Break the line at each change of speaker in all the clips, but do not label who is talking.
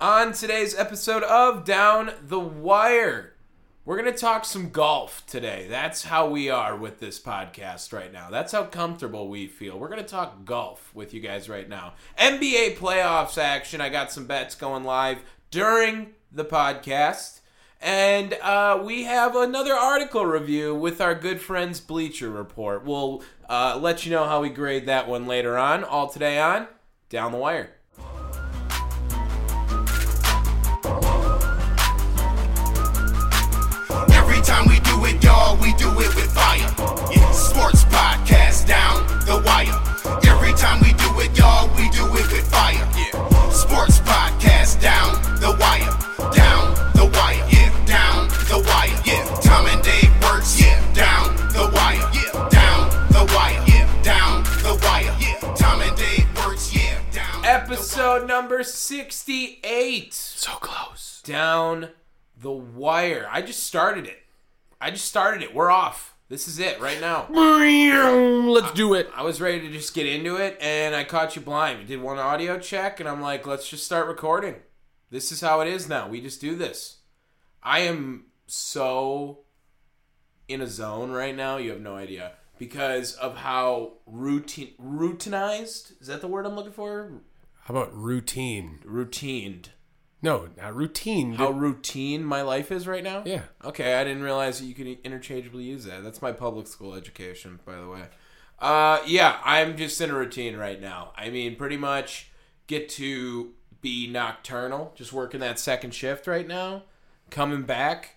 On today's episode of Down the Wire, we're going to talk some golf today. That's how we are with this podcast right now. That's how comfortable we feel. We're going to talk golf with you guys right now. NBA playoffs action. I got some bets going live during the podcast. And uh, we have another article review with our good friends Bleacher Report. We'll uh, let you know how we grade that one later on. All today on Down the Wire.
Every time we do it, y'all, we do it with fire. Yeah, sports podcast down the wire. Every time we do it, y'all, we do it with fire. Yeah, sports podcast down the wire. Down the wire. Yeah, down the wire. Yeah, Tom and Dave works. Yeah, down the wire. Yeah, down the wire. Yeah, down the wire. Yeah, Tom and Dave works. Yeah, down.
Episode number 68. So close. Down the wire. I just started it. I just started it. We're off. This is it right now.
Let's do it.
I was ready to just get into it and I caught you blind. We did one audio check and I'm like, let's just start recording. This is how it is now. We just do this. I am so in a zone right now. You have no idea because of how routine routinized is that the word I'm looking for?
How about routine?
Routined.
No, not routine.
How routine my life is right now?
yeah.
Okay, I didn't realize that you could interchangeably use that. That's my public school education, by the way. Uh, yeah, I'm just in a routine right now. I mean, pretty much get to be nocturnal, just working that second shift right now. Coming back,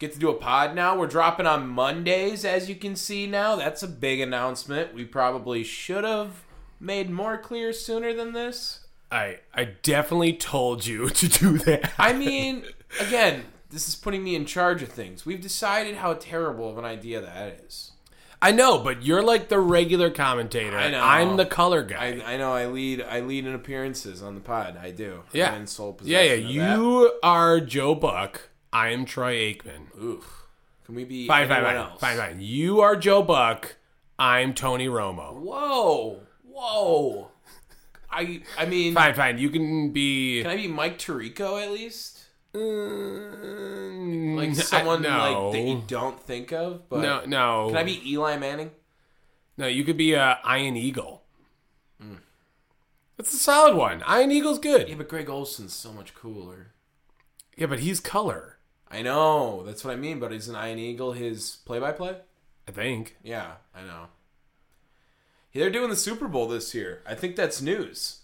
get to do a pod now. We're dropping on Mondays, as you can see now. That's a big announcement. We probably should have made more clear sooner than this.
I I definitely told you to do that.
I mean, again, this is putting me in charge of things. We've decided how terrible of an idea that is.
I know, but you're like the regular commentator.
I know.
I'm the color guy.
I, I know I lead I lead in appearances on the pod. I do.
yeah.
I'm in sole
yeah, yeah.
possession. of that.
You are Joe Buck. I am Troy Aikman.
Oof. Can we be
Fine, fine,
anyone
fine,
else?
fine, fine. You are Joe Buck. I'm Tony Romo.
Whoa, whoa. I I mean,
Fine, fine. You can be
can I be Mike Tirico at least?
Mm,
Like
I-
someone
no.
like that you don't think of. But
no, no.
Can I be Eli Manning?
No, you could be a Iron Eagle. That's a solid one. Iron Eagle's good.
Yeah, but Greg Olson's so much cooler.
Yeah, but he's color,
I know. That's what I mean. But isn't Ian Eagle his play-by-play?
I think.
Yeah, I know. They're doing the Super Bowl this year. I think that's news.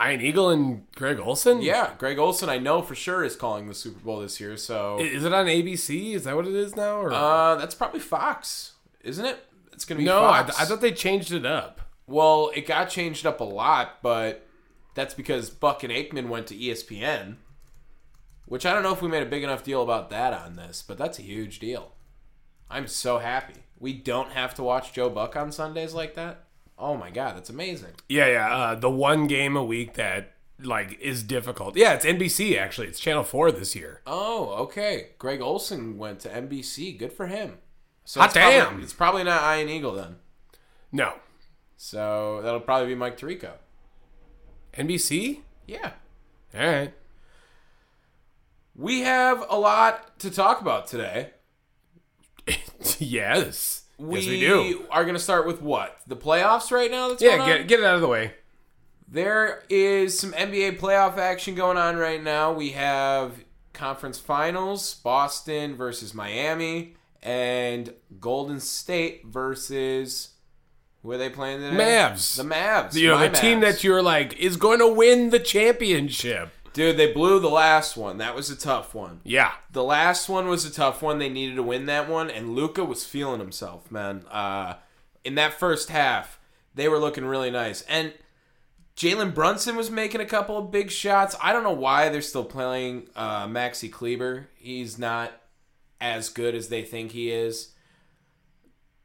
Iron Eagle and Greg Olson?
Yeah, Greg Olson, I know for sure is calling the Super Bowl this year.
I-
So
Is it on ABC? Is that what it is now? Or
uh, that's probably Fox, isn't it? It's gonna be
No, I,
Fox.
th- I thought they changed it up.
well, it got changed up a lot, but that's because Buck and Aikman went to E ESPN, which I don't know if we made a big enough deal about that on this, but that's a huge deal. I'm so happy. We don't have to watch Joe Buck on Sundays like that. Oh my god, that's amazing.
Yeah, yeah. Uh, the one game a week that like is difficult. Yeah, it's NBC actually. It's Channel Four this year.
Oh, okay. Greg Olson went to NBC. Good for him. So
Hot
it's probably-
damn.
it's probably not Ian Eagle then.
No,
So that'll probably be Mike Tirico.
NBC.
Yeah.
All right.
We have a lot to talk about today.
yes.
We,
yes, we do.
are going to start with what? The playoffs right now that's going
Yeah,
on?
get get it out of the way.
There is some NBA playoff action going on right now. We have conference finals Boston versus Miami and Golden State versus. Who are they playing today?
Mavs.
The Mavs.
You know,
My
the team
Mavs.
that you're like is going to win the championship.
Dude, they blew the last one. That was a tough one.
Yeah.
The last one was a tough one. They needed to win that one, and Luca was feeling himself, man. Uh, in that first half, they were looking really nice, and Jalen Brunson was making a couple of big shots. I don't know why they're still playing uh, Maxi Kleber. He's not as good as they think he is.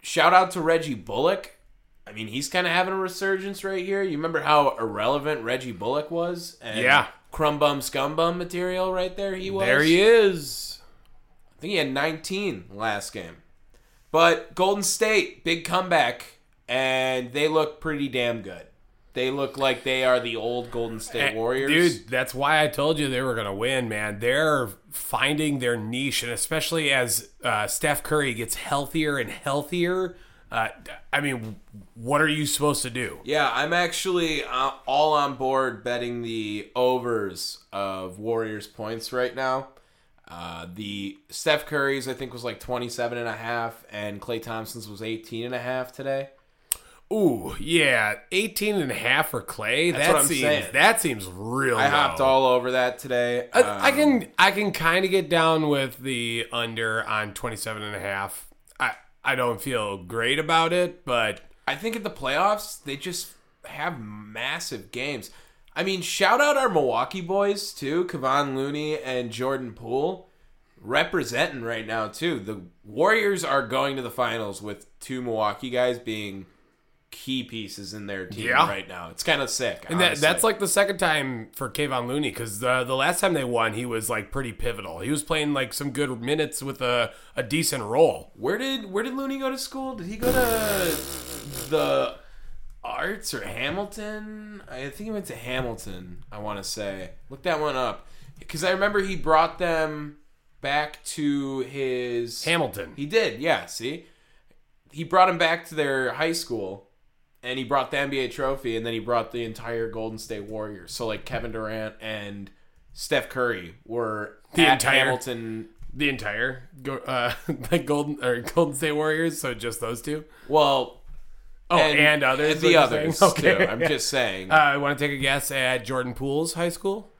Shout out to Reggie Bullock. I mean, he's kind of having a resurgence right here. You remember how irrelevant Reggie Bullock was? And
Yeah.
Crumb bum scum bum material right there. He was.
There he is.
I think he had 19 last game. But Golden State, big comeback, and they look pretty damn good. They look like they are the old Golden State
Eh,
Warriors.
Dude, that's why I told you they were going to win, man. They're finding their niche, and especially as uh, Steph Curry gets healthier and healthier. Uh, I mean, what are you supposed to do?
Yeah, I'm actually uh, all on board betting the overs of Warriors points right now. Uh, the Steph Curry's I think was like 27 and a half and Clay Thompson's was 18 and a half today.
Ooh, yeah, 18 and a half for Clay.
That's
that
what I'm
seems
saying.
that seems real.
I hopped
low.
all over that today.
I, I
Um,
can I can kind of get down with the under on 27 and a half. I I don't feel great about it, but
I think at the playoffs they just have massive games. I mean, shout out our Milwaukee boys too, Kevon Looney and Jordan Poole representing right now too. The Warriors are going to the finals with two Milwaukee guys being key pieces in their team
Yeah.
right now. It's kind of sick.
and that,
honestly.
that's like the second time for Kayvon Looney cuz the the last time they won, he was like pretty pivotal. He was playing like some good minutes with a a decent role.
where did where did Looney go to school? Did he go to the Arts or Hamilton? I think he went to Hamilton. I want to say look that one up because I remember he brought them back to his
Hamilton.
He did, yeah. See, he brought him back to their high school, and he brought the NBA trophy, and then he brought the entire Golden State Warriors. So like Kevin Durant and Steph Curry were
The
at
entire-
Hamilton
the entire go- uh the Golden or Golden State Warriors, so just those two.
Well,
Oh, and, others.
and
what
the
you're
others.
saying?
Okay, I'm just saying.
Uh, I want to take a guess at Jordan Poole's high school.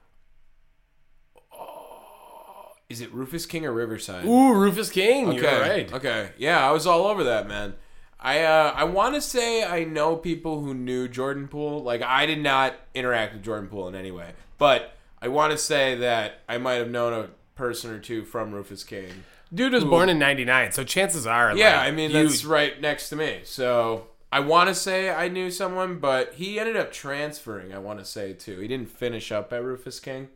is it Rufus King or Riverside?
Ooh, Rufus King.
okay,
You're right.
okay, yeah, I was all over that man. I uh, I want to say I know people who knew Jordan Poole. Like I did not interact with Jordan Poole in any way, but I want to say that I might have known a person or two from Rufus King.
Dude was born in '99, so chances are, like,
Yeah, I mean
you-
that's right next to me. So I want to say I knew someone, but he ended up transferring. I want to say too. He didn't finish up at Rufus King,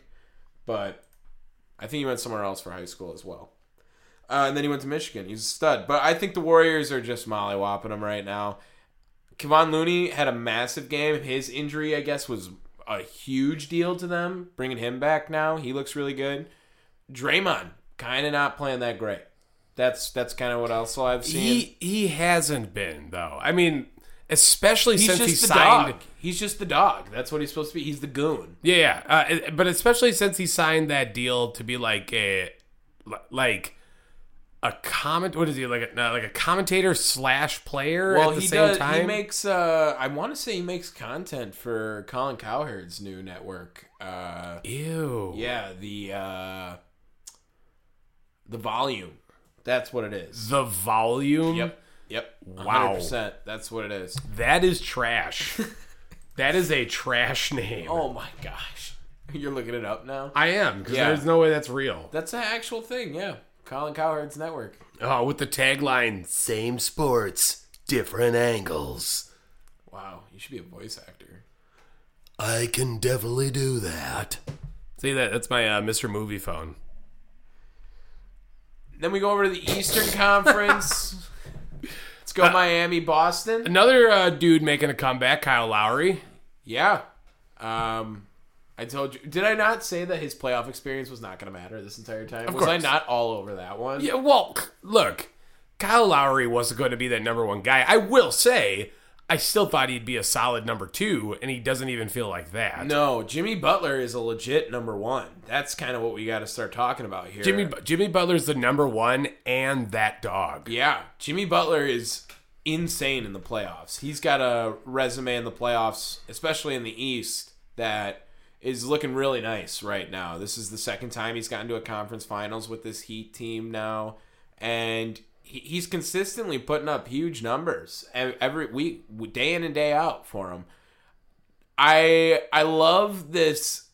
but I think he went somewhere else for high school as well. Uh, and then he went to Michigan. He's a stud. But I think the Warriors are just mollywopping him right now. Kevon Looney had a massive game. His injury, I guess, was a huge deal to them. Bringing him back now, he looks really good. Draymond, kind of not playing that great. That's that's kind of what else I've seen.
he he hasn't been though. I mean, especially
he's
since
just
he
the
signed.
dog. He's just the dog. That's what he's supposed to be. He's the goon.
Yeah, uh, but especially since he signed that deal to be like a like a comment. What is he like? A, no, like a commentator slash player
Well,
at the
he
same
does.
time.
He makes. Uh, I want to say he makes content for Colin Cowherd's new network. Uh,
Ew.
yeah, the uh, the volume. That's what it is.
The volume.
Yep. Yep.
Wow.
100%. That's what it is.
That is trash. that is a trash name.
Oh my gosh. You're looking it up now?
I am because
Yeah.
there's no way that's real.
That's an actual thing, yeah. Colin Cowherd's network.
Oh, with the tagline
Same sports, different angles.
Wow, you should be a voice actor.
I can definitely do that.
See that? That's my uh, Mr. Movie phone.
Then we go over to the Eastern Conference. Let's
Uh,
go Miami, Boston.
Another uh, dude making a comeback, Kyle Lowry.
Yeah. Um I told you did I not say that his playoff experience was not gonna matter this entire time? was I
course.
not all over that one?
Yeah, well, c- look, Kyle Lowry wasn't going to be that number one guy. I will say, I still thought he'd be a solid number two, and he doesn't even feel like that.
No, Jimmy Butler is a legit number one. That's kind of what we got to start talking about here.
Jimmy Bu- Jimmy Butler's the number one, and that dog.
Yeah, Jimmy Butler is insane in the playoffs. He's got a resume in the playoffs, especially in the East, that is looking really nice right now. This is the second time he's gotten to a conference finals with this Heat team now, and he- he's consistently putting up huge numbers ev- every week, day in and day out for him. I I love this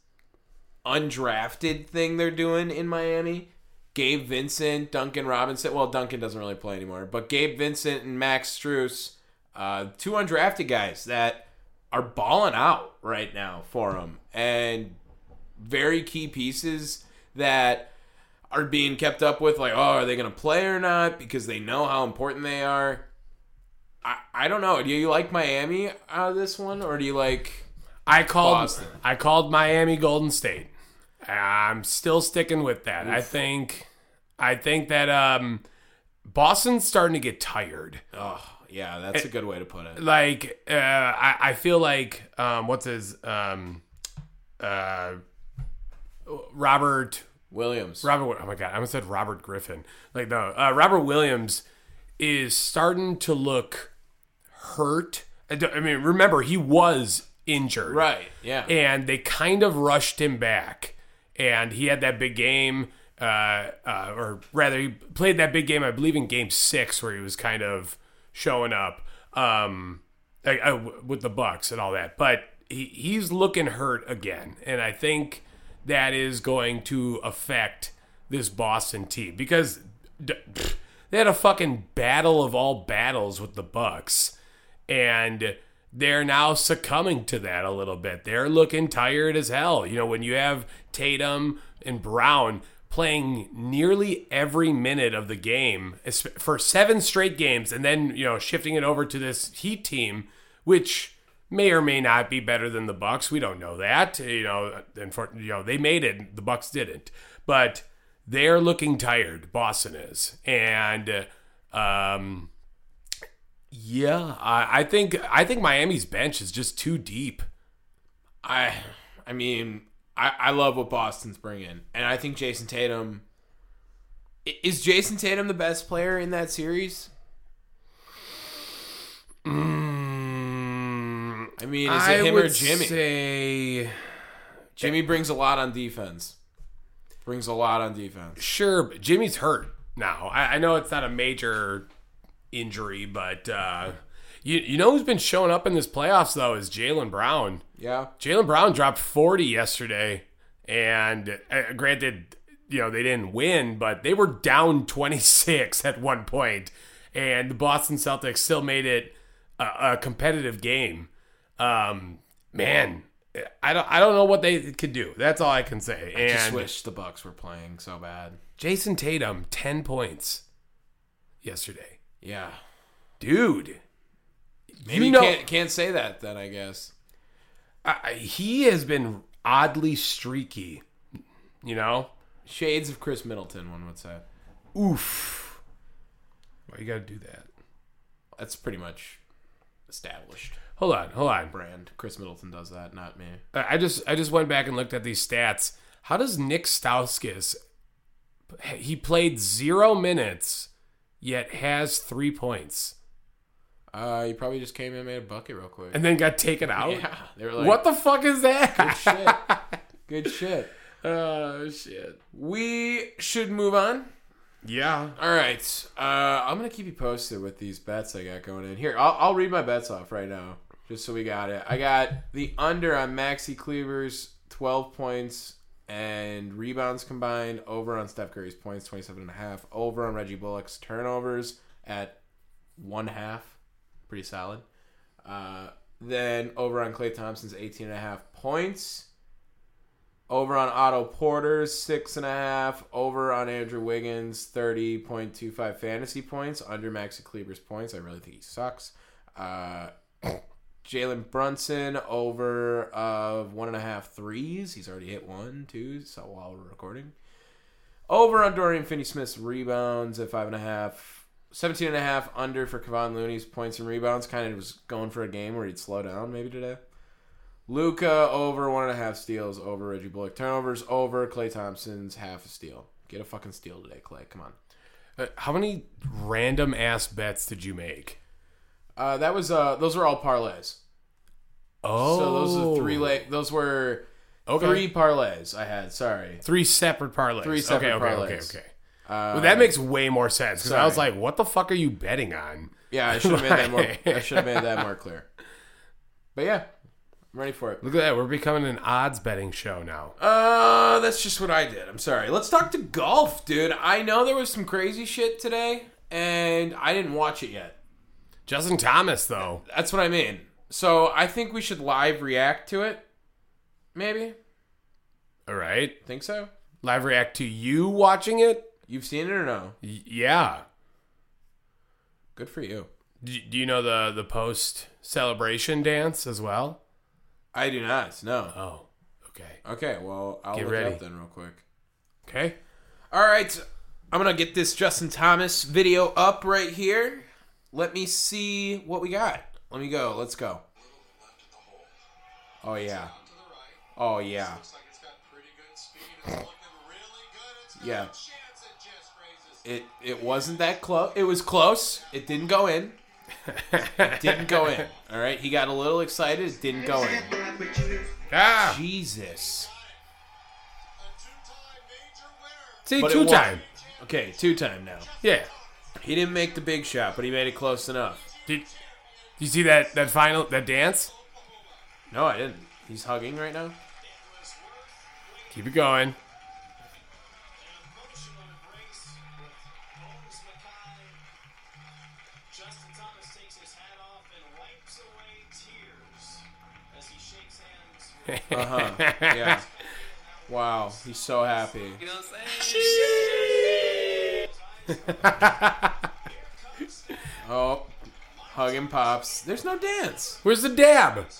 undrafted thing they're doing in Miami. Gabe Vincent, Duncan Robinson. Well, Duncan doesn't really play anymore, but Gabe Vincent and Max Struess, uh, two undrafted guys that are balling out right now for them, and very key pieces that are being kept up with. Like, oh, are they going to play or not? Because they know how important they are. I, I don't know. Do you like Miami out of this one, or do you like?
I called
Boston.
I called Miami Golden State. I'm still sticking with that. I think I think that um Boston's starting to get tired.
Oh, yeah, that's a good way to put it.
Like uh I, I feel like um what's his um uh Robert
Williams.
Robert. Oh my god, I almost said Robert Griffin. Like no, uh, Robert Williams is starting to look hurt. I, don't- I mean, remember he was injured,
Right. Yeah.
And they kind of rushed him back, and he had that big game. Uh, uh, or rather, he played that big game, I believe, in Game Six, where he was kind of showing up um, like, uh, w- with the Bucks and all that. But he, he's looking hurt again, and I think that is going to affect this Boston team because d- pfft, they had a fucking battle of all battles with the Bucks, and they're now succumbing to that a little bit. They're looking tired as hell. You know, when you have Tatum and Brown playing nearly every minute of the game es- for seven straight games, and then you know shifting it over to this Heat team, which may or may not be better than the Bucks. We don't know that. You know, and for, you know they made it. The Bucks didn't, but they're looking tired. Boston is, and uh, um, yeah, I, I think I think Miami's bench is just too deep.
I I mean, I, I love what Boston's bringing, and I think Jason Tatum i- is Jason Tatum the best player in that series.
Mm,
I mean, is it him or Jimmy?
say
Jimmy brings a lot on defense. Brings a lot on defense.
sure. but Jimmy's hurt now. I, I know it's not a major injury, but uh, you you know who's been showing up in this playoffs though is Jalen Brown.
Yeah.
Jalen Brown dropped 40 yesterday, and uh, granted, you know they didn't win, but they were down 26 at one point, and the Boston Celtics still made it a, a competitive game. Um, man, I don't I don't know what they could do. That's all I can say. And
Just wish the Bucks were playing so bad.
Jason Tatum 10 points yesterday,
Yeah.
dude.
Maybe
you know,
can't can't say that then. I guess.
I- I- he has been oddly streaky. You know.
Shades of Chris Middleton, one would say.
Oof. Why you gotta do that?
That's pretty much established
Hold on, hold on.
brand. Chris Middleton does that, not me.
I I just I just went back and looked at these stats. How does Nick Stauskas? He played zero minutes, yet has three points,
Uh, he probably just came in and made a bucket real quick.
and then got taken out.
yeah, they were like,
what the fuck is
Good
that?
shit. Good shit.
Oh shit.
We should move on.
Yeah.
All right. Uh, I'm going to keep you posted with these bets I got going in. Here, I'll, I'll read my bets off right now, just so we got it. I got the under on Maxi Cleaver's 12 points and rebounds combined, over on Steph Curry's points, 27 and a half, over on Reggie Bullock's turnovers at one half. Pretty solid. Uh, then over on Clay Thompson's 18 and a half points. Over on Otto Porter's six and a half. Over on Andrew Wiggins, thirty point two five fantasy points. Under Maxi Kleber's points, I really think he sucks. Uh, Jalen Brunson over of one and a half threes. He's already hit one, two. So while we're recording, over on Dorian Finney-Smith's rebounds at five and a half. 17 and a half under for Kevon Looney's points and rebounds. Kind of was going for a game where he'd slow down maybe today. Luca over one and a half steals over Reggie Bullock turnovers over Clay Thompson's half a steal. Get a fucking steal today, Clay. Come on.
Uh, How many random ass bets did you make?
Uh, that was uh, those were all parlays.
Oh,
So those are three la- Those were
Okay.
three parlays I had. Sorry.
three separate parlays.
Three separate
okay, okay,
parlays. Uh,
Okay, okay. well, that makes way more sense because I was
sorry.
like, "What the fuck are you betting on?"
Yeah, I should have made that more. I should have made that more clear. But yeah, I'm ready for it.
Look at that. We're becoming an odds betting show now.
Uh, that's just what I did. I'm sorry. Let's talk to golf, dude. I know there was some crazy shit today, and I didn't watch it yet.
Justin Thomas, though.
That's what I mean. So I think we should live react to it. Maybe.
All right.
Think so?
Live react to you watching it?
You've seen it or no?
Y- yeah.
Good for you.
D- do you know the, the post celebration dance as well?
I do not. No.
Oh, okay.
Okay. Well, I'll
Get
look it
ready.
up then real quick.
Okay.
All right. I'm gonna get this Justin Thomas video up right here. Let me see what we got. Let me go. Let's go. Oh yeah. Oh yeah. Yeah. It it wasn't that close. It was close. It didn't go in. didn't go in. All right. He got a little excited. It didn't go in.
Ah!
Jesus.
See,
But it
two
won.
time.
Okay, two time now.
Yeah.
He didn't make the big shot, but he made it close enough.
Did you see that, that final, that dance?
No, I didn't. He's hugging right now.
Keep it going.
Justin Thomas takes his hat off and wipes away tears as he shakes hands with
Uh-huh. Yeah. wow, he's so happy. Oh, hugging pops. There's no dance.
Where's the dab?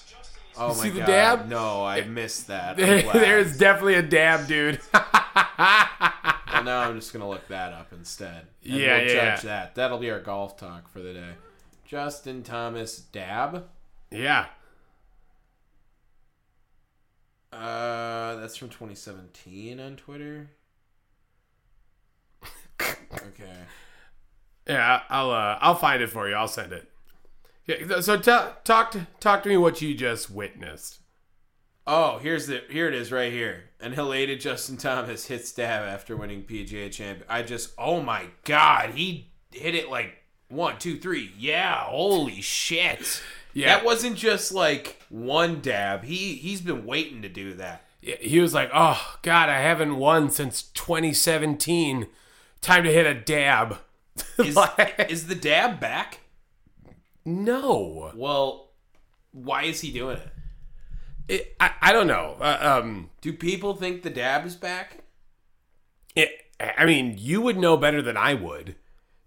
Oh my
see the
god.
dab?
No, I missed that. Oh, I'm glad.
There's definitely a dab, dude.
Well, now I'm just gonna look that up instead. And
Yeah,
we'll
yeah,
Judge that. That'll be our golf talk for the day. Justin Thomas dab.
yeah.
Uh, that's from 2017 on Twitter. Okay.
Yeah, I'll uh, I'll find it for you. I'll send it. Yeah, so t- talk to, talk to me what you just witnessed.
Oh, here's the here it is right here. An elated Justin Thomas hits dab after winning PGA champ. I just oh my god, he hit it like one, two, three. Yeah, holy shit.
Yeah.
That wasn't just like one dab. He he's been waiting to do that.
Yeah, He was like, "Oh God, I haven't won since 2017. Time to hit a dab."
Is
Like,
is the dab back?
no,
Well, why is he doing it?
It- I, I don't know. Uh, um,
Do people think the dab is back?
it, I mean, you would know better than I would.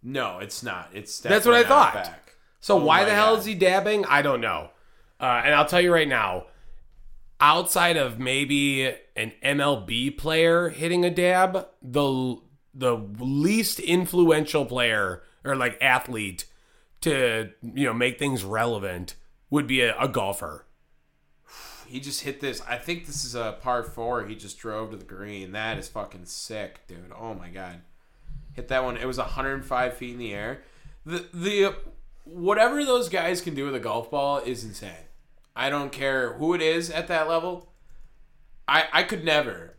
No, it's not. It's
That's what I
definitely not
thought.
Back.
So why
Oh my
the hell
God.
is he dabbing? I don't know. Uh, and I'll tell you right now, outside of maybe an MLB player hitting a dab, the the least influential player or like athlete to you know make things relevant would be a, a golfer.
He just hit this. I think this is a par four. He just drove to the green. That is fucking sick, dude. Oh my god, hit that one. It was 105 feet in the air. The the whatever those guys can do with a golf ball is insane. I don't care who it is at that level. I I could never.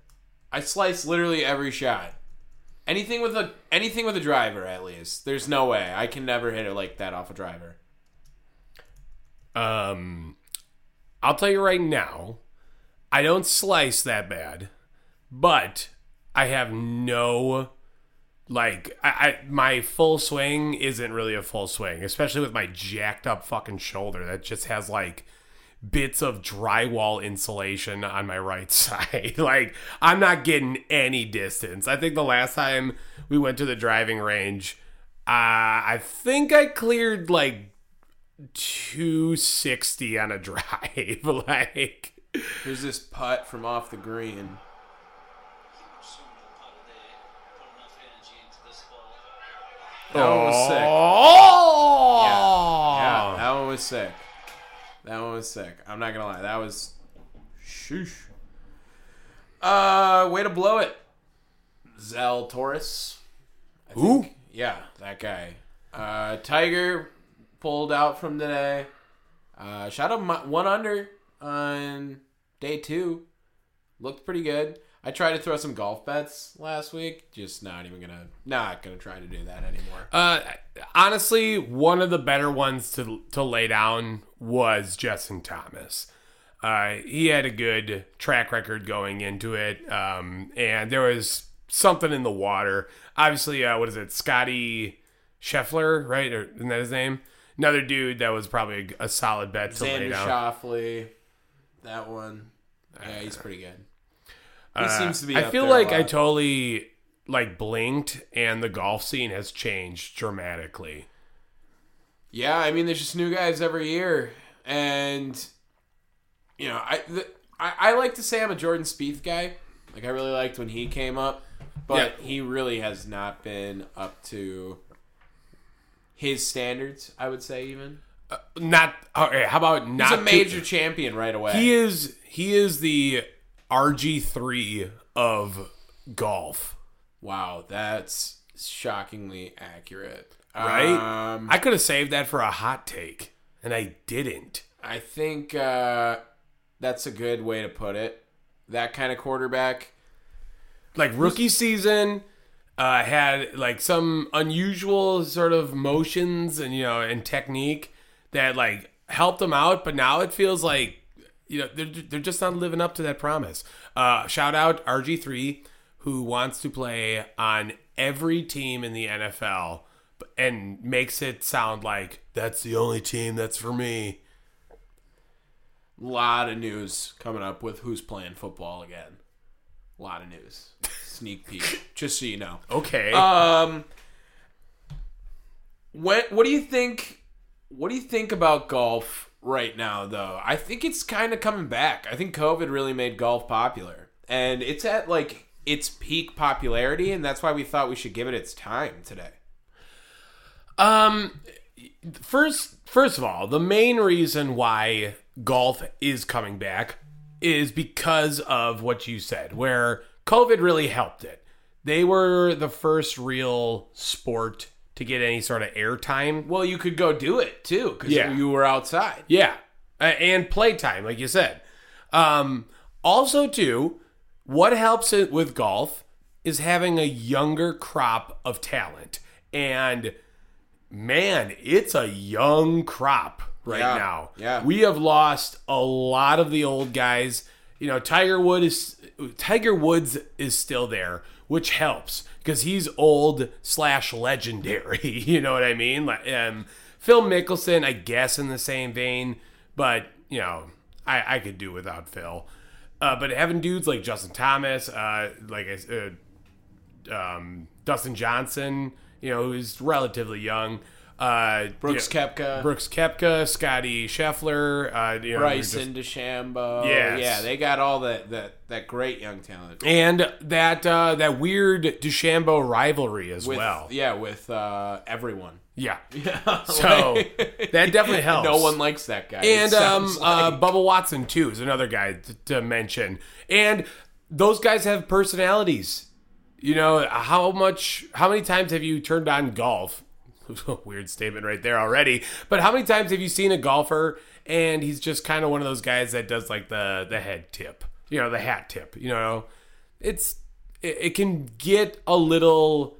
I slice literally every shot. Anything with a anything with a driver at least. There's no way I can never hit it like that off a driver.
Um, I'll tell you right now, I don't slice that bad, but I have no like I, I my full swing isn't really a full swing, especially with my jacked up fucking shoulder that just has like bits of drywall insulation on my right side. like I'm not getting any distance. I think the last time we went to the driving range, uh, I think I cleared like 260 on a drive. like,
Here's this putt from off the green. That one was sick.
oh,
Yeah, that one was sick. That one was sick. I'm not gonna lie, that was sheesh. Uh, way to blow it, Zell Torres.
Ooh.
Yeah, that guy. Uh, Tiger pulled out from today. Uh, shot a mi- one under on day two. Looked pretty good. I tried to throw some golf bets last week. Just not even gonna, not gonna try to do that anymore.
Uh, honestly, one of the better ones to to lay down was Justin Thomas. Uh, he had a good track record going into it, um, and there was something in the water. Obviously, uh, what is it, Scotty Scheffler, right? Or, isn't that his name? Another dude that was probably a, a solid bet to lay
Xander
down.
Shoffley, that one. Yeah, he's pretty good. He
Uh,
seems to be.
I
up
feel
there a
like I
lot.
totally like blinked, and the golf scene has changed dramatically.
Yeah, I mean, there's just new guys every year, and you know, I the, I, I like to say I'm a Jordan Spieth guy. Like I really liked when he came up, but he really has not been up to his standards. I would say even
Not okay, how about not
he's a
to-
major champion right away.
he is he is the RG three of golf.
wow, that's shockingly accurate.
Right?
Um,
I could have saved that for a hot take, and I didn't.
I think uh, that's a good way to put it. That kind of quarterback.
Like rookie season. Uh, had like some unusual sort of motions and you know and technique that like helped him out, but now it feels like you know they're, they're just not living up to that promise. Uh, shout out RG3 who wants to play on every team in the NFL b- and makes it sound like that's the only team that's for me.
lot of news coming up with who's playing football again. A lot of news. Sneak peek, just so you know.
Okay.
Um, what what do you think? What do you think about golf right now, though? I think it's kind of coming back. I think COVID really made golf popular, and it's at like its peak popularity, and that's why we thought we should give it its time today.
Um, first, first of all, the main reason why golf is coming back is because of what you said, where COVID really helped it. They were the first real sport to get any sort of airtime.
Well, you could go do it too because
Yeah.
you were outside.
Yeah, A- and playtime, like you said. Um, also, too, what helps it with golf is having a younger crop of talent, and man, it's a young crop right
Yeah,
now.
yeah.
we have lost a lot of the old guys. You know, Tiger Wood is Tiger Woods is still there, which helps because he's old slash legendary. You know what I mean? Like, um, Phil Mickelson, I guess, in the same vein, but you know, I, I could do without Phil. Uh, but having dudes like Justin Thomas, uh, like I s- uh, um, Dustin Johnson, you know, who's relatively young. Uh,
Brooks
you know,
Koepka.
Brooks Kepka, Scotty Scheffler, uh, you know, just-
Bryson DeChambeau.
Yes.
Yeah, they got all that that that great young talent.
and that uh, that weird DeChambeau rivalry as
With,
well.
Yeah, with uh, everyone.
Yeah, so that definitely helps.
No one likes that guy. it
and um,
sounds
uh,
like.
Bubba Watson too is another guy t- to mention. And those guys have personalities. You know how much, how many times have you turned on golf? Weird statement right there already. But how many times have you seen a golfer and he's just kind of one of those guys that does like the the head tip, you know, the hat tip. You know, it's it, it can get a little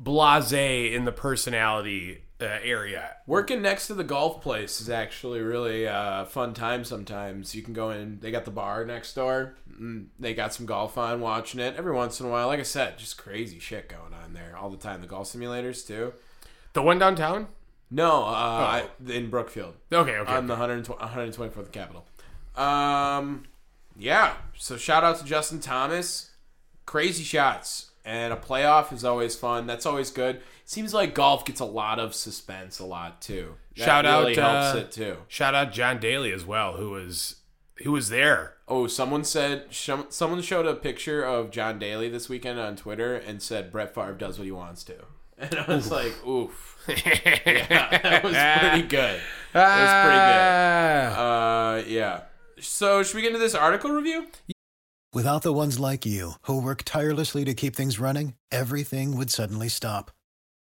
blasé in the personality uh, area
working next to the golf place is actually really uh, fun time. Sometimes you can go in. They got the bar next door. And they got some golf on, watching it every once in a while. Like I said, just crazy shit going on there all the time. The golf simulators too.
The one downtown?
No, uh, I- in Brookfield.
Okay, okay.
on the 120 124th Capitol. Um, yeah. So shout out to Justin Thomas. Crazy shots. And a playoff is always fun. That's always good. Seems like golf gets a lot of suspense a lot too. That
Shout out,
really helps
uh,
it too.
Shout out John Daly as well, who was who was there.
Oh, someone said shum- someone showed a picture of John Daly this weekend on Twitter and said Brett Favre does what he wants to. And I was like, oof. yeah, that was pretty good. That was pretty good.
Ah.
Uh, yeah. So should we get into this article review?
Without the ones like you, who work tirelessly to keep things running, everything would suddenly stop.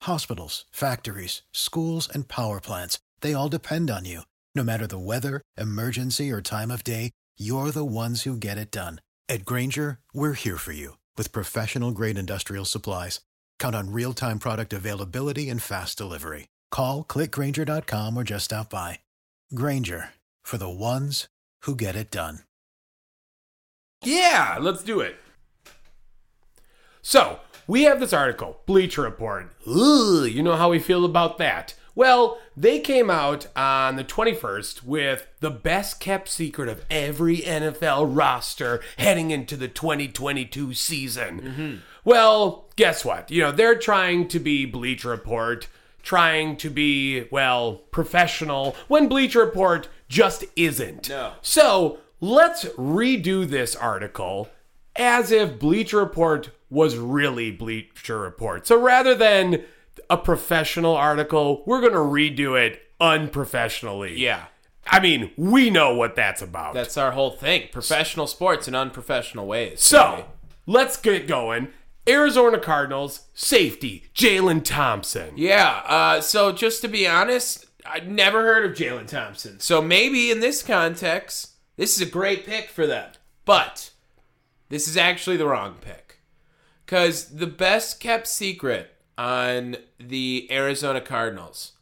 Hospitals, factories, schools, and power plants, they all depend on you. No matter the weather, emergency, or time of day, you're the ones who get it done. At Granger, we're here for you with professional grade industrial supplies. Count on real time product availability and fast delivery. Call clickgranger.com or just stop by. Granger for the ones who get it done.
Yeah, let's do it. So, we have this article, Bleacher Report. Ugh, you know how we feel about that. Well, they came out on the 21st with the best kept secret of every NFL roster heading into the 2022 season.
Mm-hmm.
Well, guess what? You know, they're trying to be Bleacher Report, trying to be, well, professional, when Bleacher Report just isn't.
No.
So let's redo this article as if Bleacher Report was really Bleacher Report. So rather than a professional article, we're going to redo it unprofessionally.
Yeah.
I mean, we know what that's about.
That's our whole thing. Professional sports in unprofessional ways.
so let's get going. Arizona Cardinals safety, Jalen Thompson.
Yeah. Uh, so just to be honest, I'd never heard of Jalen Thompson. So maybe in this context, this is a great pick for them. But this is actually the wrong pick. Because the best kept secret on the Arizona Cardinals,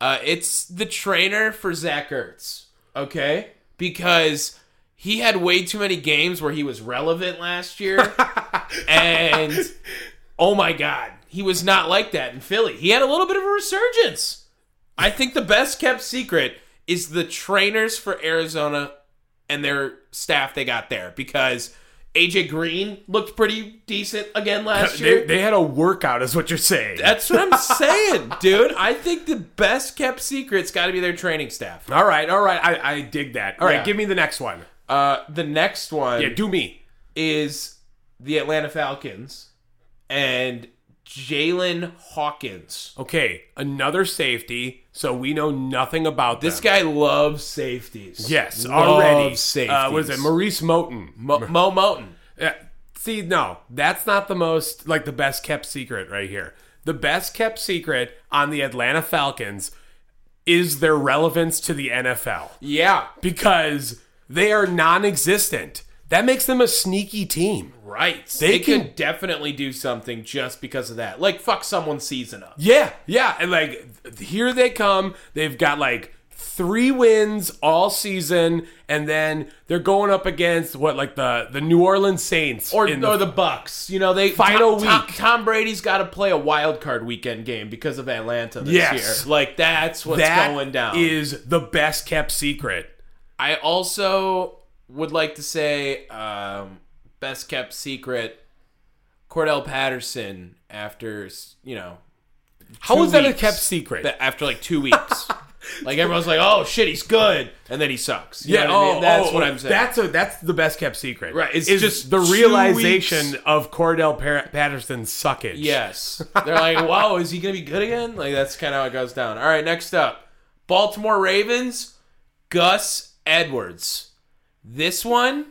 uh, it's the trainer for Zach Ertz. Okay? Because he had way too many games where he was relevant last year. and oh my god he was not like that in philly he had a little bit of a resurgence i think the best kept secret is the trainers for arizona and their staff they got there because aj green looked pretty decent again last year
They, they had a workout, is what you're saying.
that's what i'm saying dude i think the best kept secret's got to be their training staff
all right, all right. I, I dig that. All right,
Yeah.
give me the next one.
uh, the next one
Yeah, do me.
is the atlanta falcons and jalen hawkins
Okay, another safety. So we know nothing about
This
them.
guy loves safeties.
Yes,
Loves
already.
safeties.
Uh, was it Maurice Moten?
Mo, Mo Moten?
Yeah. See, no, that's not the most like the best kept secret right here. The best kept secret on the Atlanta Falcons is their relevance to the NFL
Yeah,
because they are non-existent. That makes them a sneaky team.
right.
They
They, can,
can-
definitely do something just because of that. Like fuck someone's season up.
Yeah, yeah, and like th- here they come. They've got like three wins all season, and then they're going up against what like the the New Orleans Saints
Or,
in
or the Bucks, you know they
Final
Tom- Tom-
week.
Tom Brady's got to play a wild card weekend game because of Atlanta this
Yes.
year. Like that's what's
That
going down.
is the best kept secret.
I also would like to say um, best kept secret. Cordell Patterson after s- you know
How
two
was that a
weeks
kept secret?
that after like two weeks. like everyone's like, "Oh shit, he's good," and then he sucks. You know what I mean? that's
oh,
what
oh,
I'm saying.
That's a, that's the best kept secret.
Right, it's
is
just
the
two
realization
weeks.
of Cordell Par- Patterson's suckage.
yes. They're like, "Wow, is he gonna be good again?" Like that's kind of how it goes down. All right, next up, Baltimore Ravens, Gus Edwards. This one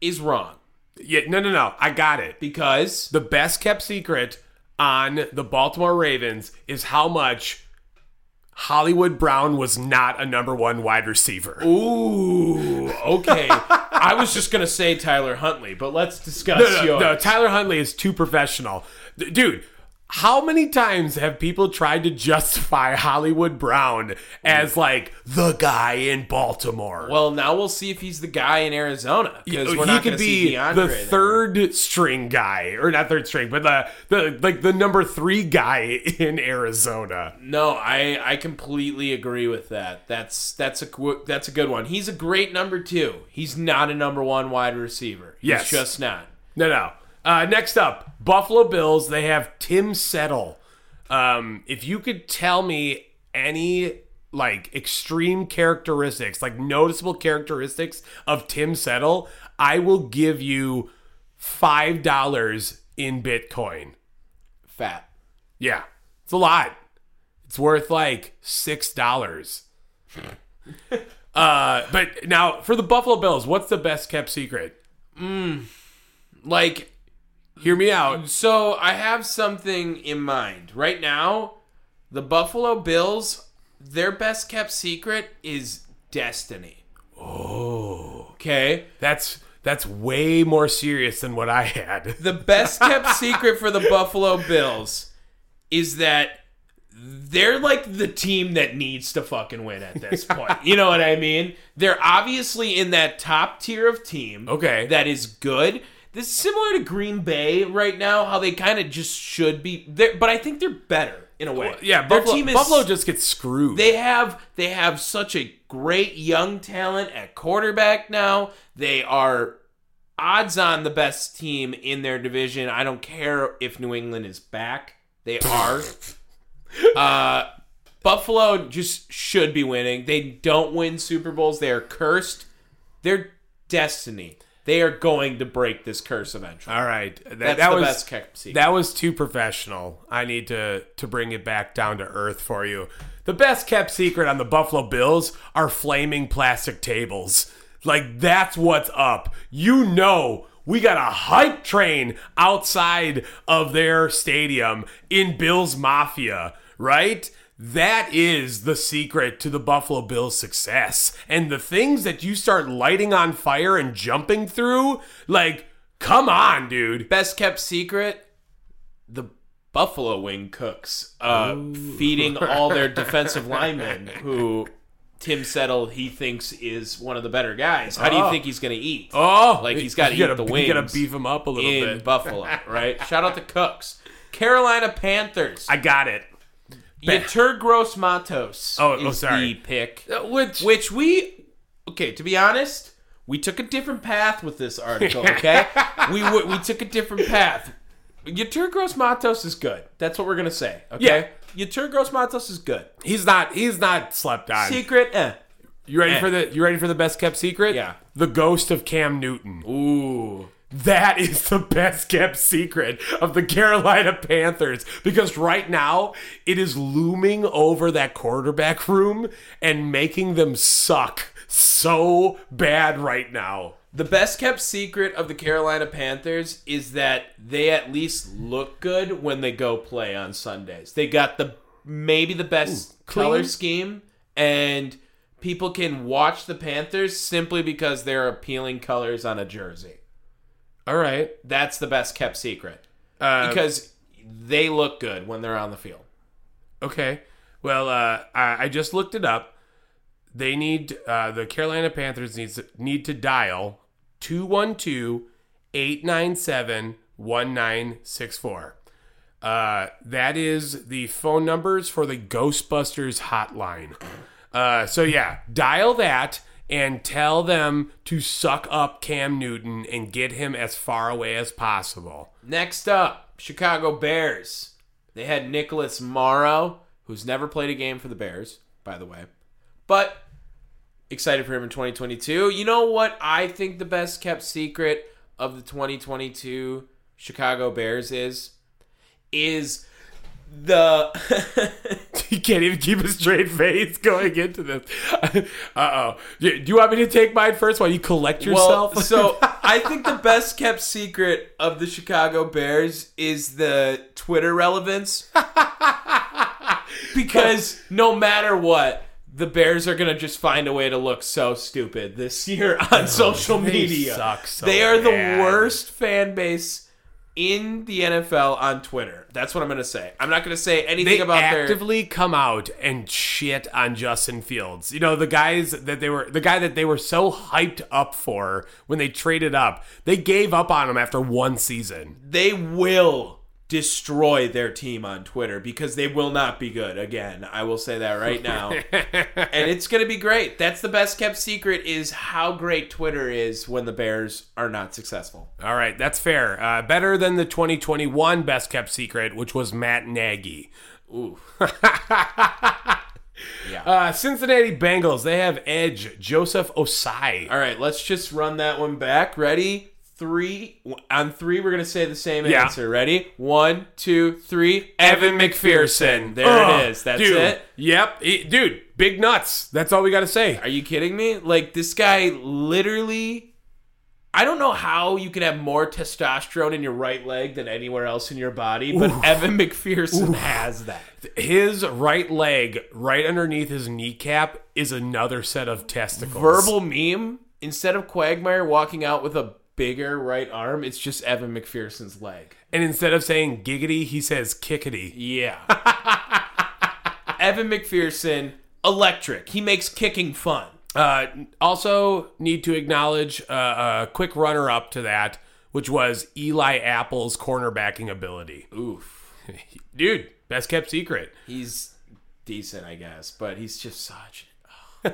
is wrong
Yeah. No, no, no. I got it.
because
The best kept secret on the Baltimore Ravens is how much Hollywood Brown was not a number one wide receiver.
ooh, okay. I was just gonna say Tyler Huntley, but let's discuss
No, no,
yours.
no, Tyler Huntley is too professional. D- Dude, how many times have people tried to justify Hollywood Brown as like the guy in Baltimore?
well, now we'll see if he's the guy in Arizona because we're
oh, he
not
could
gonna
be
see DeAndre
the
there.
third string guy, or not third string, but the, the like the number three guy in Arizona.
No, I I completely agree with that. That's that's a qu- that's a good one. He's a great number two. He's not a number one wide receiver. He's
Yes.
just not.
No, no. Uh, next up, Buffalo Bills. They have Tim Settle. Um, if you could tell me any like extreme characteristics, like noticeable characteristics of Tim Settle, I will give you five dollars in Bitcoin.
Fat.
Yeah, it's a lot. It's worth like six dollars. uh, but now for the Buffalo Bills, what's the best kept secret?
Like
Hear me out.
so I have something in mind. Right now, the Buffalo Bills, their best kept secret is destiny. Oh. Okay.
That's that's way more serious than what I had.
The best kept secret for the Buffalo Bills is that they're like the team that needs to fucking win at this point. you know what I mean? They're obviously in that top tier of team.
Okay.
That is good. This is similar to Green Bay right now, how they kind of just should be there, but I think they're better in a way.
yeah,
Their
Buffalo,
team is-
Buffalo just gets screwed.
they have they have such a great young talent at quarterback now. They are odds on the best team in their division. I don't care if New England is back. They are. uh Buffalo just should be winning. They don't win Super Bowls. They are cursed. Their destiny. They are going to break this curse eventually.
All right, that,
That's
that
the
was
best kept secret.
that was too professional. I need to to bring it back down to earth for you. The best kept secret on the Buffalo Bills are flaming plastic tables. Like that's what's up. You know, we got a hype train outside of their stadium in Bills Mafia, right? That is the secret to the Buffalo Bills' success. And the things that you start lighting on fire and jumping through, like Come on, dude.
best kept secret the buffalo wing cooks uh, feeding all their defensive linemen who tim settle he thinks is one of the better guys how do you
Oh.
think he's gonna eat
Oh,
like he's
you
gotta eat
gotta-
the
You gotta
wings
beef him up a little
in
bit.
buffalo right shout out to cooks carolina panthers
I got it.
Yeter gross matos
Oh, oh,
is the
sorry.
pick
Which
Uh, which we okay to be honest we took a different path with this article okay we w- we took a different path Yatur Gross Matos is good. That's what we're gonna say. Okay. Yeah. Yatur Gross Matos is good.
he's not he's not slept on.
Secret. Eh.
you ready
eh.
for the you ready for the best kept secret?
Yeah.
The ghost of Cam Newton.
Ooh.
That is the best kept secret of the Carolina Panthers because right now it is looming over that quarterback room and making them suck so bad right now.
The best kept secret of the Carolina Panthers is that they at least look good when they go play on Sundays. They got the maybe the best color
clean.
scheme and people can watch the Panthers simply because they're appealing colors on a jersey.
All right.
That's the best kept secret
Uh,
because they look good when they're on the field.
Okay. Well, uh, I, I just looked it up. They need uh, the Carolina Panthers needs need to dial 212-897-1964. Uh, that is the phone numbers for the Ghostbusters hotline. Uh, so yeah, dial that and tell them to suck up Cam Newton and get him as far away as possible.
Next up, Chicago Bears. They had Nicholas Morrow, who's never played a game for the Bears, by the way. But excited for him in 2022. You know what I think the best kept secret of the 2022 Chicago Bears is is the
He can't even keep a straight face going into this. Uh oh. Do you want me to take mine first while you collect yourself?
Well, so I think the best kept secret of the Chicago Bears is the Twitter relevance. because no matter what, the Bears are going to just find a way to look so stupid this year on social
they
media.
suck so
they are
bad.
the worst fan base in the NFL on Twitter. That's what I'm going to say. I'm not going to say anything
they
about their
actively come out and shit on Justin Fields. You know, the guys that they were the guy that they were so hyped up for when they traded up. They gave up on him after one season.
they will destroy their team on Twitter because they will not be good again. I will say that right now. and it's going to be great. That's the best kept secret is how great Twitter is when the Bears are not successful.
All right, that's fair. Uh, better than the 2021 best kept secret, which was Matt Nagy. Uh, Cincinnati Bengals, they have edge Joseph Osai.
All right, let's just run that one back. Ready? 3 on 3 we're going to say the same
Yeah.
answer. Ready? One, two, three.
Evan McPherson.
There
Ugh,
it is. That's
dude.
it.
Yep. He- dude, big nuts. That's all we got to say.
Are you kidding me? Like this guy literally I don't know how you can have more testosterone in your right leg than anywhere else in your body, but Evan McPherson has that.
His right leg, right underneath his kneecap, is another set of testicles.
Verbal meme, instead of Quagmire walking out with a bigger right arm, it's just Evan McPherson's leg.
And instead of saying giggity, he says kickity.
Yeah. Evan McPherson, electric. He makes kicking fun.
Uh, also, need to acknowledge uh, a quick runner up to that, which was Eli Apple's cornerbacking ability.
Oof.
Dude, best kept secret.
He's decent, I guess, but he's just such.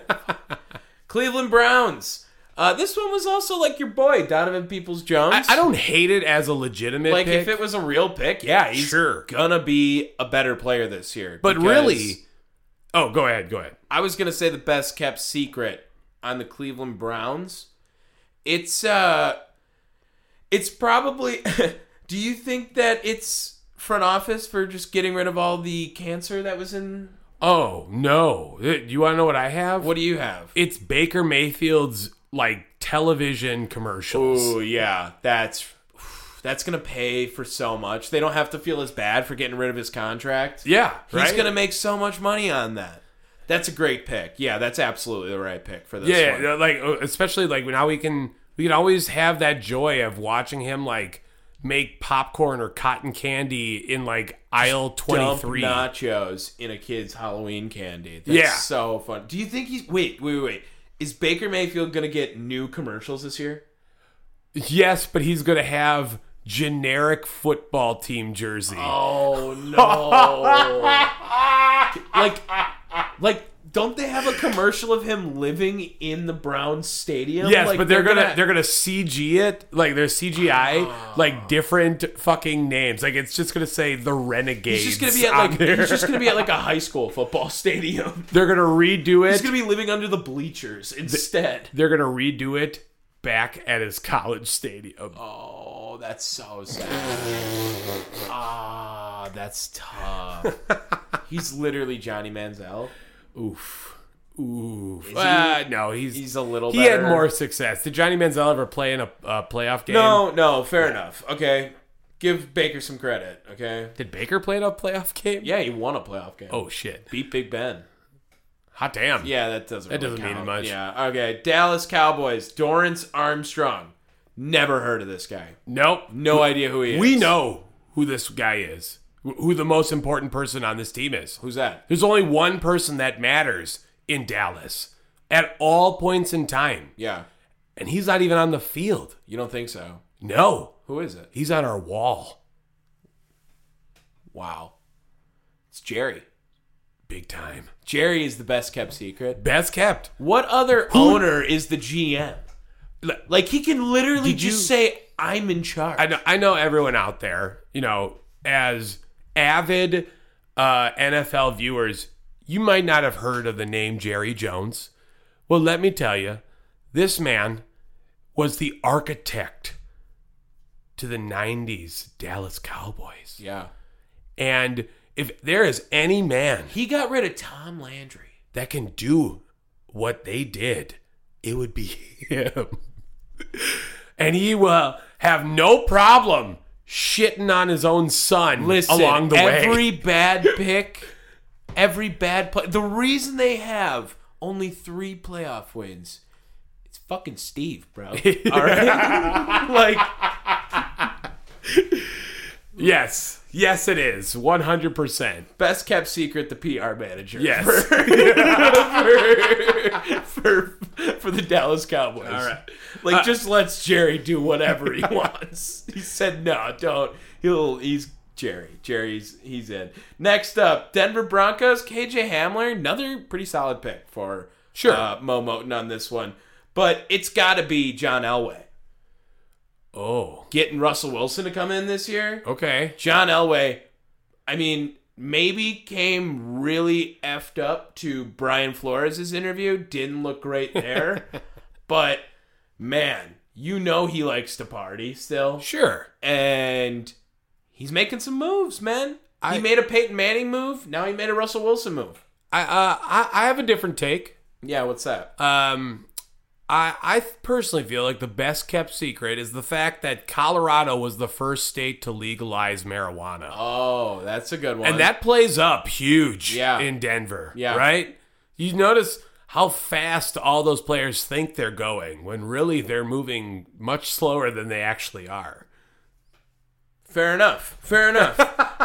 Cleveland Browns. Uh, this one was also like your boy Donovan Peoples Jones.
I, I don't hate it as a legitimate
like
pick,
if it was a real pick. Yeah, he's
Sure.
gonna be a better player this year.
but
because
really, oh, go ahead, go ahead.
I was gonna say the best kept secret on the Cleveland Browns. It's uh, it's probably. do you think that it's front office for just getting rid of all the cancer that was in?
Oh no, Eh, you want to know what I have?
What do you have?
It's Baker Mayfield's like television commercials.
Oh yeah, that's that's gonna pay for so much. They don't have to feel as bad for getting rid of his contract.
Yeah,
he's
right?
gonna make so much money on that. That's a great pick. Yeah, that's absolutely the right pick for this
yeah,
one.
yeah, like uh, especially like now we can we can always have that joy of watching him like make popcorn or cotton candy in like aisle twenty
Dump
three.
nachos in a kid's Halloween candy. That's
Yeah.
so fun. Do you think he's wait wait wait? Is Baker Mayfield gonna get new commercials this year?
Yes, but he's gonna have generic football team jersey.
Oh no! like, like, don't they have a commercial of him living in the Browns stadium?
Yes,
Like,
but they're, gonna, they're gonna CG it like their CGI
Ah.
like different fucking names. Like it's just gonna say the Renegades.
He's just gonna be at
on
like
there.
he's just gonna be at like a high school football stadium.
they're gonna redo
He's
it.
gonna be living under the bleachers instead.
they're gonna redo it back at his college stadium.
Oh, that's so sad. Ah, that's tough. he's literally Johnny Manziel.
Oof. Oof.
he-
Uh, no, he's
He's a little.
he
better.
had more success. Did Johnny Manziel ever play in a, a playoff game?
No, no, fair enough. Okay, give Baker some credit. Okay.
Did Baker play in a playoff game?
Yeah, he won a playoff game.
Oh shit.
beat Big Ben.
Hot damn.
Yeah, that doesn't.
That
really
doesn't mean
count.
much.
Yeah. Okay. Dallas Cowboys. Dorrance Armstrong. Never heard of this guy.
Nope.
No idea who he is.
We know who this guy is. wh- Who the most important person on this team is.
who's that.
There's only one person that matters in Dallas at all points in time,
Yeah.
and he's not even on the field.
You don't think so?
No,
Who is it?
he's on our wall.
Wow. It's Jerry.
Big time.
Jerry is the best kept secret.
Best kept.
What other owner is the GM?
L-
Like he can literally
Did
just
you-
say, "I'm in charge."
I know I know everyone out there, you know, as avid uh, NFL viewers, you might not have heard of the name Jerry Jones. Well, let me tell you, this man was the architect to the 90s Dallas Cowboys.
Yeah.
And if there is any man
He got rid of Tom Landry.
that can do what they did, it would be him. and he will have no problem shitting on his own son
Listen,
along the
every
way.
bad pick, every bad play. The reason they have only three playoff wins, it's fucking Steve, bro. All right, like
Yes. Yes, it is. 100%.
best kept secret, the PR manager.
Yes.
for, for for the Dallas Cowboys. All right, Uh, like just lets Jerry do whatever he wants. he said no, don't. He'll he's Jerry. Jerry's he's in. Next up, Denver Broncos. KJ Hamler, another pretty solid pick for
Sure.
uh, Mo Moten on this one, but it's got to be John Elway
oh,
getting Russell Wilson to come in this year.
okay.
John Elway, I mean, maybe came really effed up to Brian Flores' interview. Didn't look great there. but man, you know he likes to party still.
Sure.
And he's making some moves, man.
I-
he made a Peyton Manning move. Now he made a Russell Wilson move.
I, uh, I, I have a different take.
Yeah, what's that?
Um, I, I personally feel like the best kept secret is the fact that Colorado was the first state to legalize marijuana.
Oh, that's a good one.
And that plays up huge
Yeah.
in Denver.
Yeah.
Right? You notice how fast all those players think they're going when really they're moving much slower than they actually are.
Fair enough. Fair enough.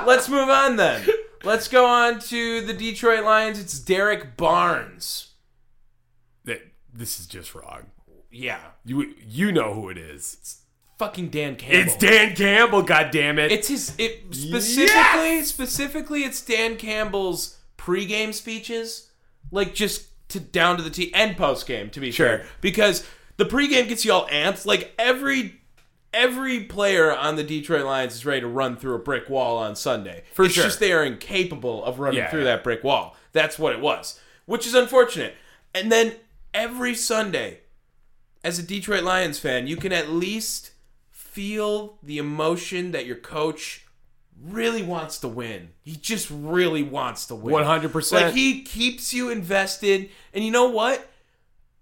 Let's move on then. Let's go on to the Detroit Lions. It's Derek Barnes.
That this is just wrong.
Yeah,
You you know who it is.
fucking Dan Campbell.
It's Dan Campbell. God damn it!
It's his. It specifically, specifically, it's Dan Campbell's pregame speeches, like just to down to the T and postgame to be
Sure.
fair, because the pregame gets you all amped. Like every every player on the Detroit Lions is ready to run through a brick wall on Sunday. For it's
sure.
just they are incapable of running
Yeah,
through
yeah.
that brick wall. That's what it was, which is unfortunate. And then every Sunday, as a Detroit Lions fan, you can at least feel the emotion that your coach really wants to win. He just really wants to win.
100%.
Like he keeps you invested. And you know what?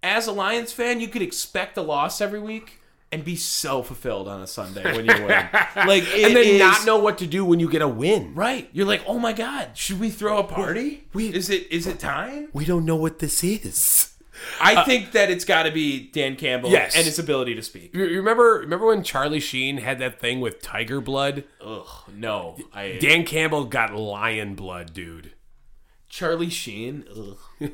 As a Lions fan, you could expect a loss every week and be so fulfilled on a Sunday when you win. like it
and then
is-
not know what to do when you get a win.
Right. You're like, "Oh my god, should we throw a party? is it is it time?"
We don't know what this is.
I think that it's got to be Dan Campbell
Uh, Yes.
and his ability to speak.
You you remember remember when Charlie Sheen had that thing with tiger blood?
Ugh, no. I
Dan Campbell got lion blood, dude.
Charlie Sheen. Ugh.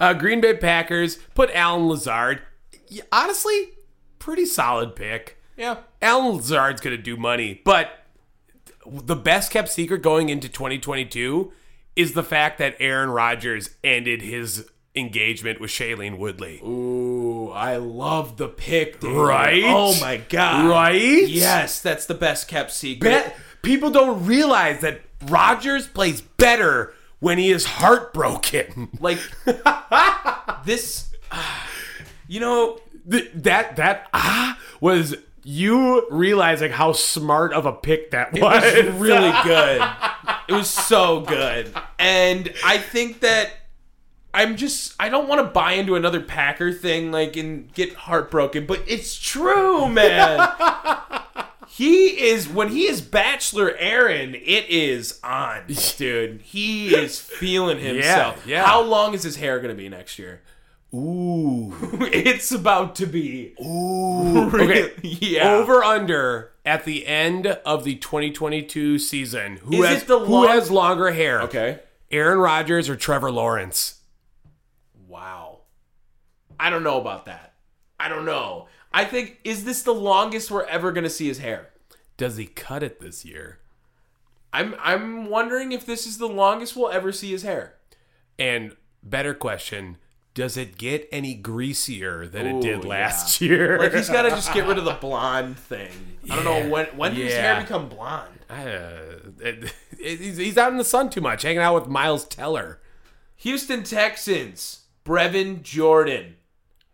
Uh, Green Bay Packers put Alan Lazard. Y- Honestly, pretty solid pick.
Yeah.
Alan Lazard's going to do money, but the best kept secret going into 2022 is the fact that Aaron Rodgers ended his engagement with Shailene Woodley.
Ooh, I love the pick, David.
Right?
Oh my god.
Right?
Yes, that's the best kept secret.
Bet people don't realize that Rodgers plays better when he is heartbroken.
Like this You know,
Th- that that ah was you realizing how smart of a pick that was.
it was really good. It was so good. And I think that I'm just I don't want to buy into another Packer thing like and get heartbroken, but it's true, man. he is when he is Bachelor Aaron, it is on, dude. He is feeling himself.
Yeah, yeah.
How long is his hair gonna be next year?
Ooh.
it's about to be.
Ooh. Okay.
yeah.
Over under at the end of the 2022 season. Who
Is
has
it the
who
long-
has longer hair?
Okay.
Aaron Rodgers or Trevor Lawrence?
Wow. I don't know about that. I don't know. I think is this the longest we're ever going to see his hair?
Does he cut it this year?
I'm I'm wondering if this is the longest we'll ever see his hair.
And better question, does it get any greasier than it
Ooh,
did
yeah.
last year?
Like he's got to just get rid of the blonde thing. I don't know when when did his
Yeah.
hair become blonde?
Uh, it- it- he's he's out in the sun too much, hanging out with Miles Teller.
Houston Texans, Brevin Jordan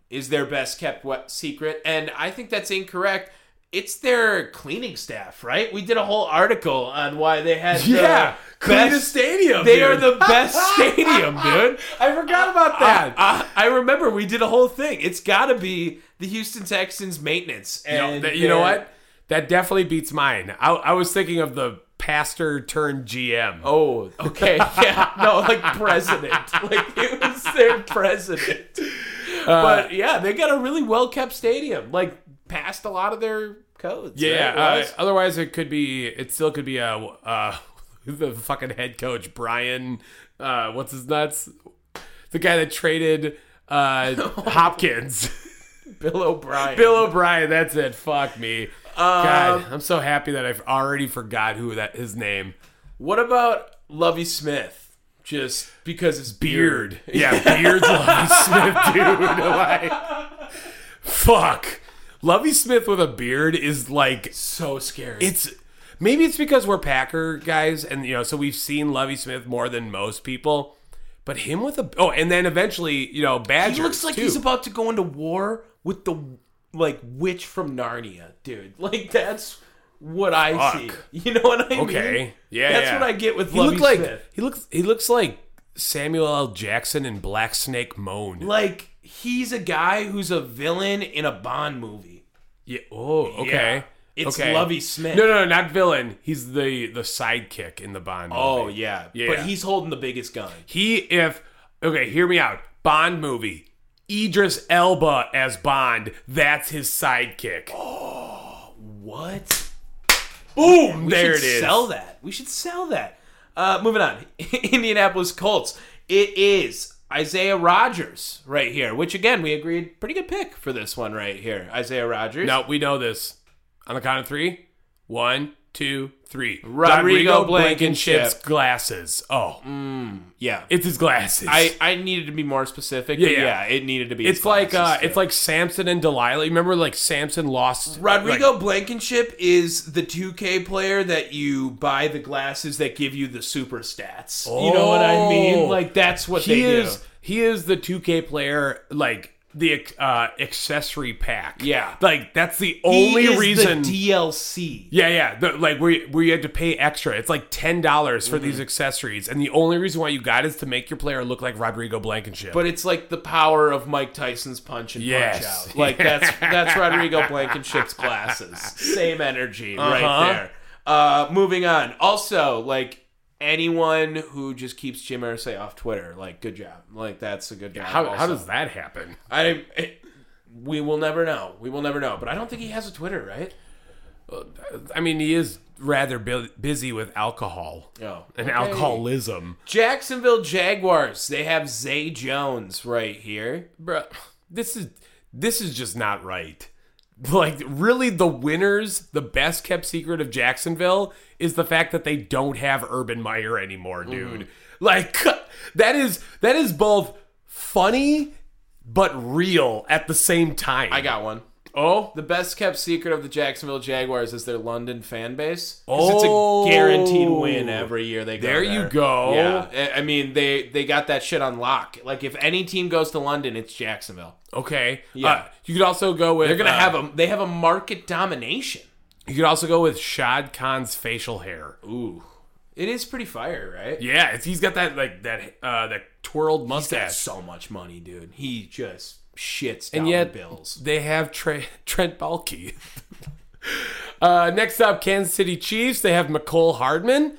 is their best kept wet secret, and I think that's incorrect. It's their cleaning staff, right? We did a whole article on why they had the
Yeah, clean the stadium,
They
dude.
are the best stadium, dude.
I forgot about
I,
that.
I, I remember we did a whole thing. It's got to be the Houston Texans maintenance.
you, know,
and
th- you know
their-
what? That definitely beats mine. I, I was thinking of the pastor turned GM.
Oh, okay. Yeah. No, like president. Like it was their president.
Uh,
but yeah, they got a really well kept stadium. Like passed a lot of their codes.
yeah.
right?
uh,
Was-
otherwise, it could be. It still could be a uh, the fucking head coach Brian. Uh, what's his nuts? The guy that traded uh, Hopkins.
Bill O'Brien.
Bill O'Brien. That's it. Fuck me.
Um,
God, I'm so happy that I've already forgot who that his name.
What about Lovey Smith? Just because his beard.
Beard. Yeah, beard's Lovey Smith, dude. Like, fuck. Lovey Smith with a beard is like
So scary.
it's maybe it's because we're Packer guys and you know, so we've seen Lovey Smith more than most people. But him with a oh, and then eventually, you know, Badger.
he looks like he's about to go into war with the like witch from Narnia, dude. Like that's what I see.
Fuck.
You know what I mean?
Okay. Yeah.
That's
yeah.
what I get with
he
Lovey
looked like,
Smith.
He looks he looks like Samuel L. Jackson in Black Snake Moan.
Like he's a guy who's a villain in a Bond movie.
Yeah. Oh, okay.
Yeah. It's
okay.
Lovey Smith.
No, no, not villain. He's the the sidekick in the Bond.
Oh
movie.
yeah.
Yeah.
But he's holding the biggest gun.
He if okay, hear me out. Bond movie. Idris Elba
Oh,
as Bond. That's his sidekick.
What?
Boom!
We
there it
should
is.
Sell that. We should sell that. Uh, moving on. Indianapolis Colts. It is Isaiah Rogers right here, which again we agreed pretty good pick for this one right here. Isaiah Rogers.
No, we know this. On the count of three. One, two, three.
Rodrigo Blankenship.
glasses. Oh,
Yeah.
it's his glasses.
I, I needed to be more specific.
Yeah,
but
yeah.
yeah. It needed to be.
it's like uh,
classes,
it's
too.
like Samson and Delilah. You Remember, like Samson lost
Rodrigo
like-
Blankenship is the 2K player that you buy the glasses that give you the super stats. you know what I
Oh.
mean? Like that's what
he
they
is.
do.
He is the 2K player. Like the uh, accessory pack.
Yeah.
like that's the
He
only
is the
reason.
DLC.
yeah, yeah. The, like where you, where you had to pay extra. It's like ten dollars for these accessories, and the only reason why you got it is to make your player look like Rodrigo Blankenship.
But it's like the power of Mike Tyson's punch and
Yes.
punch out. Like that's that's Rodrigo Blankenship's glasses. Same energy
Uh-huh.
right there. Uh, moving on. Also, like anyone who just keeps Jim Irsay off Twitter, like good job. Like that's a good job.
how, how
also.
does that happen?
I? It, we will never know. We will never know. But I don't think he has a Twitter, right?
I mean, he is rather bu- busy with alcohol
No.
and alcoholism.
Jacksonville Jaguars. They have Zay Jones right here.
Bruh, this is this is just not right. Like, really, the winners, the best kept secret of Jacksonville is the fact that they don't have Urban Meyer anymore,
Mm-hmm.
dude. Like, that is that is both funny but real at the same time.
I got one.
oh
The best kept secret of the Jacksonville Jaguars is their London fan base. 'Cause
Oh.
it's a guaranteed win every year they go.
There
There,
you go.
Yeah, I- I mean they they got that shit on lock. Like if any team goes to London, it's Jacksonville.
okay.
Yeah.
Uh, you could also go with
They're gonna
uh,
have a they have a market domination.
You could also go with Shad Khan's facial hair.
Ooh, it is pretty fire, right?
Yeah, it's, he's got that like that uh that twirled
He's got
mustache.
so much money, dude. He just shits down
And yet
bills.
they have Tre- Trent Baalke. uh, next up, Kansas City Chiefs. They have McCole Hardman.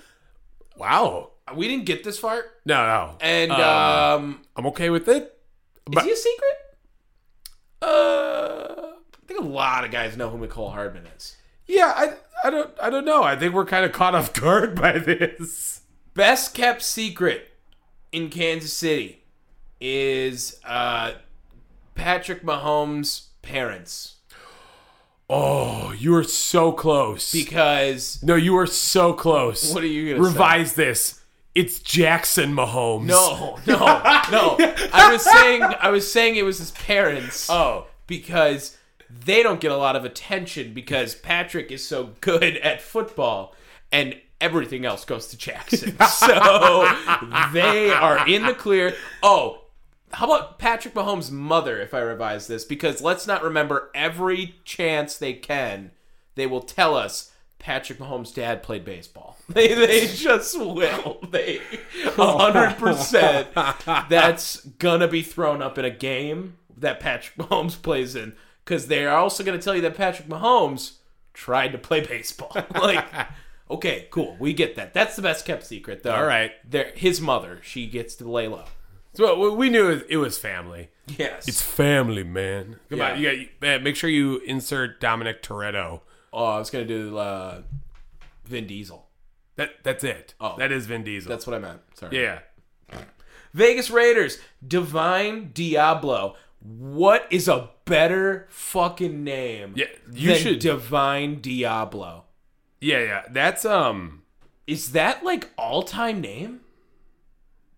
Wow.
We didn't get this far,
No, no.
and
Uh,
um,
I'm okay with it.
is he a secret? Uh, I think a lot of guys know who McCole Hardman is.
Yeah, I I don't I don't know. I think we're kind of caught off guard by this.
best kept secret in Kansas City is uh, Patrick Mahomes' parents
Oh, you are so close.
because
no, you are so close.
What are you gonna say?
revise this? It's Jackson Mahomes.
no, no, no. I was saying I was saying it was his parents
Oh.
because they don't get a lot of attention because Patrick is so good at football and everything else goes to Jackson. So they are in the clear. Oh, how about Patrick Mahomes' mother if I revise this? Because let's not remember every chance they can, they will tell us Patrick Mahomes' dad played baseball. They, they just will. They 100% that's going to be thrown up in a game that Patrick Mahomes plays in because they are also going to tell you that Patrick Mahomes tried to play baseball. like, okay, cool. We get that. That's the best kept secret, though.
All right.
There, his mother, she gets to lay low.
So we- we knew it- it was family.
Yes.
It's family, man. Come
Yeah.
on, you got, you, eh, make sure you insert Dominic Toretto.
Oh, I was gonna do uh, Vin Diesel.
That that's it.
Oh.
that is Vin Diesel.
That's what I meant. Sorry.
yeah.
Vegas Raiders, Divine Diablo. What is a better fucking name?
Yeah, you
than
should-
Divine Diablo.
Yeah, yeah. That's um
Is that like all time name?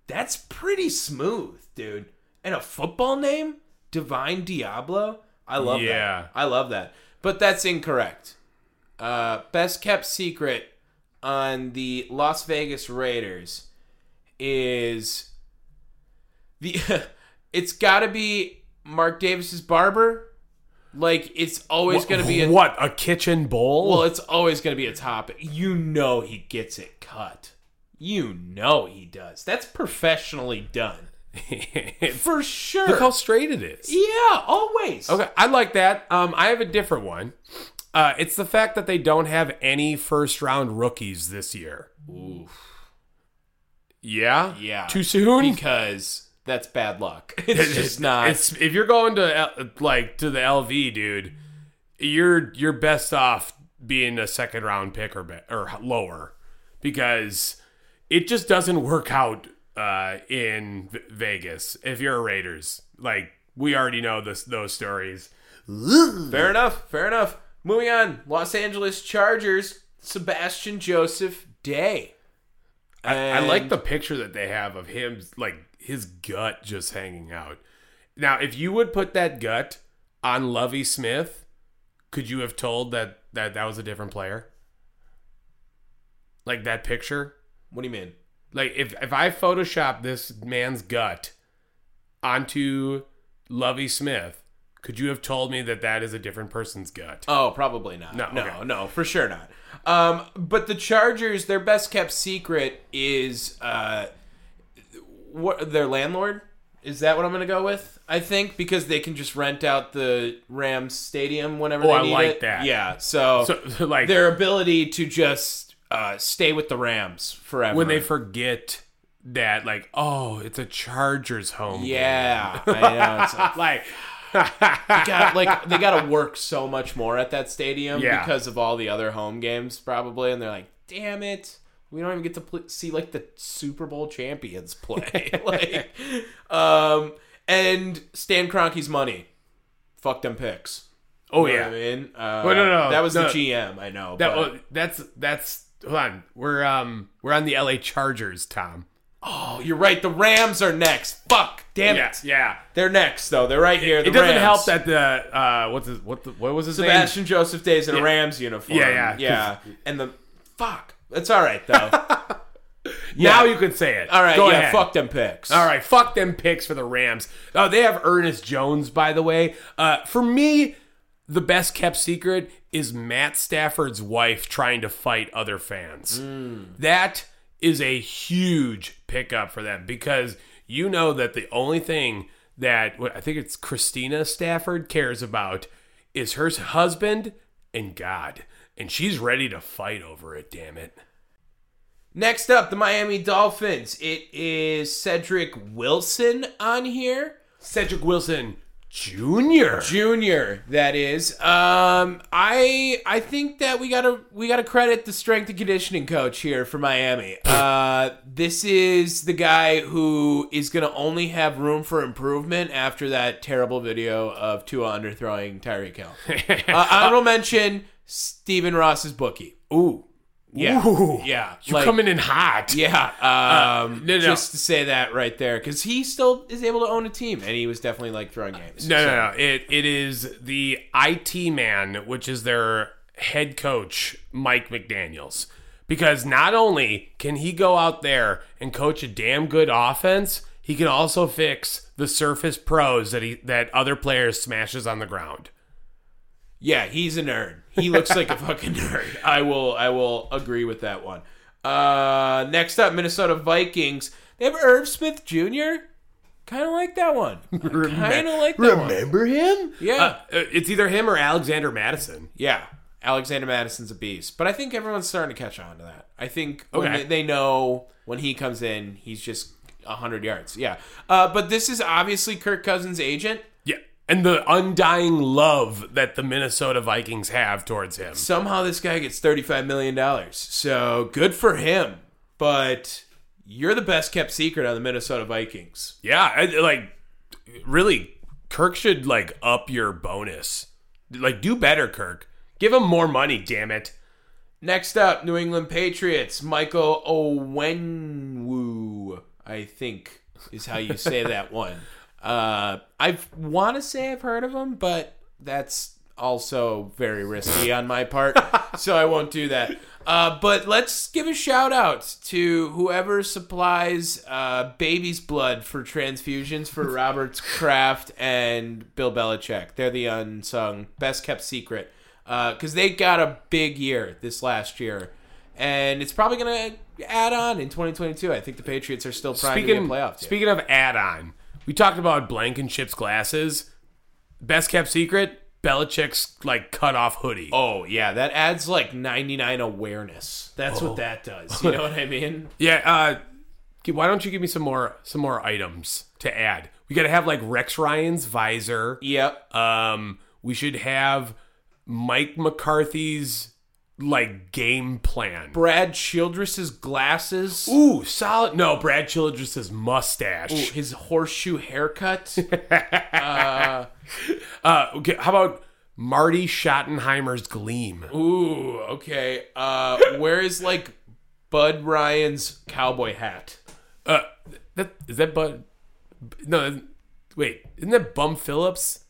That's pretty smooth, dude. And a football name, Divine Diablo. I love
Yeah.
that. I love that. But that's incorrect. Uh, best kept secret on the Las Vegas Raiders is the. it's got to be Mark Davis's barber. Like it's always going to be a
what a kitchen bowl.
well, it's always going to be a topic. You know he gets it cut. You know he does. That's professionally done. For sure.
look how straight it is.
yeah, always.
Okay, I like that. Um, I have a different one. Uh, it's the fact that they don't have any first round rookies this year. Yeah,
Yeah.
Too soon.
Because that's bad luck. It's just not.
It's if you're going to L- like to the LV, dude, you're you're best off being a second round pick or be- or lower because it just doesn't work out uh, in v- Vegas if you're a Raiders. Like we already know this those stories.
Fair enough. Fair enough. Moving on. Los Angeles Chargers. Sebastian Joseph Day.
I
And-
like the picture that they have of him, like his gut just hanging out. Now, if you would put that gut on Lovey Smith, could you have told that that, that was a different player? Like that picture?
What do you mean?
Like if if I Photoshop this man's gut onto Lovey Smith, could you have told me that that is a different person's gut?
Oh, probably not. No,
No,
no,
okay.
no, for sure not. Um, but the Chargers, their best kept secret is uh, what their landlord. Is that what I'm going to go with? I think because they can just rent out the Rams stadium whenever.
Oh,
they
I
need
like
it.
that.
Yeah, so,
So like
their ability to just uh, stay with the Rams forever
when they forget that like oh, it's a Chargers home. game.
Yeah, I know. It's like,
Like
God, like they got to work so much more at that stadium
Yeah.
because of all the other home games, probably. And they're like, "Damn it, we don't even get to pl- see like the Super Bowl champions play." like, um, and Stan Kroenke's money, fuck them picks.
Oh
You know
yeah.
what I mean, uh,
Well, no, no,
that was the
no.
GM. I know.
That
but-
oh, that's that's hold on. We're um we're on the LA Chargers, Tom.
oh, you're right. The Rams are next. Fuck, damn
Yeah,
it.
yeah.
They're next though. They're right here.
It
the
doesn't
Rams.
help that the uh what's his, what the, what was his name?
Sebastian Joseph Day's in a Rams uniform.
Yeah, yeah, 'cause-
yeah. And the fuck, that's all right though. Yeah.
Now you can say it.
All right,
Go
yeah.
ahead.
Fuck them picks.
All right, fuck them picks for the Rams. Oh, they have Ernest Jones, by the way. Uh, for me, the best kept secret is Matt Stafford's wife trying to fight other fans. That is a huge pickup for them because you know that the only thing that what I think it's Christina Stafford cares about is her husband and God, and she's ready to fight over it. Damn it.
Next up, the Miami Dolphins. It is Cedric Wilson on here.
Cedric Wilson Jr.
Junior, that is. Um, I I think that we gotta we gotta credit the strength and conditioning coach here for Miami. Uh, this is the guy who is gonna only have room for improvement after that terrible video of Tua underthrowing Tyreek Hill. uh, honorable mention: Stephen Ross's bookie.
Ooh.
Yeah,
Ooh.
yeah,
You
like-
coming in hot.
Yeah, um,
Uh, no, no.
just to say that right there, because he still is able to own a team, and he was definitely like throwing games.
No, no, no. It it is the IT man, which is their head coach, Mike McDaniels. Because not only can he go out there and coach a damn good offense, he can also fix the surface pros that he that other players smashes on the ground.
Yeah, he's a nerd. He looks like a fucking nerd. I will I will agree with that one. Uh next up, Minnesota Vikings. They have Irv Smith Jr. Kinda like that one. Kinda like that one.
Remember him?
Yeah.
Uh, it's either him or Alexander Madison.
yeah. Alexander Madison's a beast. But I think everyone's starting to catch on to that. I think when
Okay.
they, they know when he comes in, he's just hundred yards. Yeah. Uh, but this is obviously Kirk Cousins' agent.
Yeah. And the undying love that the Minnesota Vikings have towards him.
somehow this guy gets $35 million. So good for him. But you're the best kept secret on the Minnesota Vikings.
Yeah, I, like really, Kirk should like up your bonus. Like, do better, Kirk. Give him more money, damn it.
Next up, New England Patriots, Michael Owenwu, I think is how you say that one. Uh, I want to say I've heard of him, but that's also very risky on my part, so I won't do that. Uh, but let's give a shout out to whoever supplies uh, baby's blood for transfusions for Robert Kraft and Bill Belichick. They're the unsung, best kept secret because Uh, they got a big year this last year, and it's probably going to add on in 2022. I think the Patriots are still primed to be a playoff team.
speaking of add-on, we talked about Blankenship's glasses. Best kept secret: Belichick's like cut off hoodie.
oh yeah, that adds like 99 awareness. Oh. That's what that does. You know what I mean?
Yeah. Uh, g- why don't you give me some more some more items to add? We got to have like Rex Ryan's visor.
Yep.
Um, we should have Mike McCarthy's like game plan.
Brad Childress's glasses.
Ooh, solid. No, Brad Childress's mustache.
Ooh, his horseshoe haircut.
Uh, okay, how about Marty Schottenheimer's gleam?
Ooh, okay. Uh, where is like Bud Ryan's cowboy hat?
Uh, that is that Bud? No, that- wait, isn't that Bum Phillips?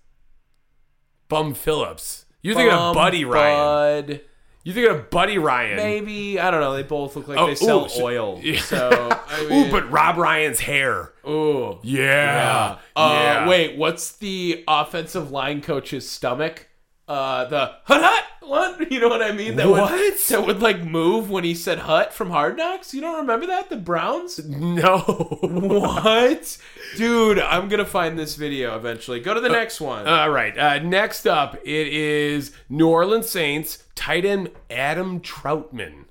Bum Phillips. You're thinking of
Bum
Buddy Ryan.
Bud.
You're thinking of Buddy Ryan.
Maybe I don't know. They both look like
Oh,
they sell
ooh, so-
oil.
yeah.
So I mean,
Ooh, but Rob Ryan's hair.
ooh.
Yeah.
Uh,
yeah.
Wait, what's the offensive line coach's stomach? Uh, the hut hut one. You know what I mean? That Would,
What?
that would like move when he said hut from Hard Knocks. You don't remember that? The Browns.
No.
What? Dude, I'm gonna find this video eventually. Go to the next one.
All right. Uh, next up, it is New Orleans Saints tight end Adam Troutman.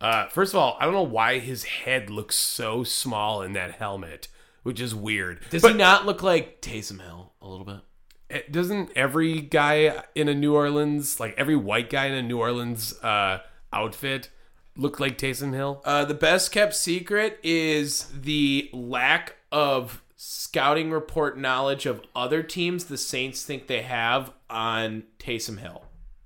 Uh, first of all, I don't know why his head looks so small in that helmet, which is weird.
Does
but
he not look like Taysom Hill a little bit?
it- doesn't every guy in a New Orleans, like every white guy in a New Orleans uh, outfit, look like Taysom Hill?
Uh, the best kept secret is the lack of scouting report knowledge of other teams the Saints think they have on Taysom Hill.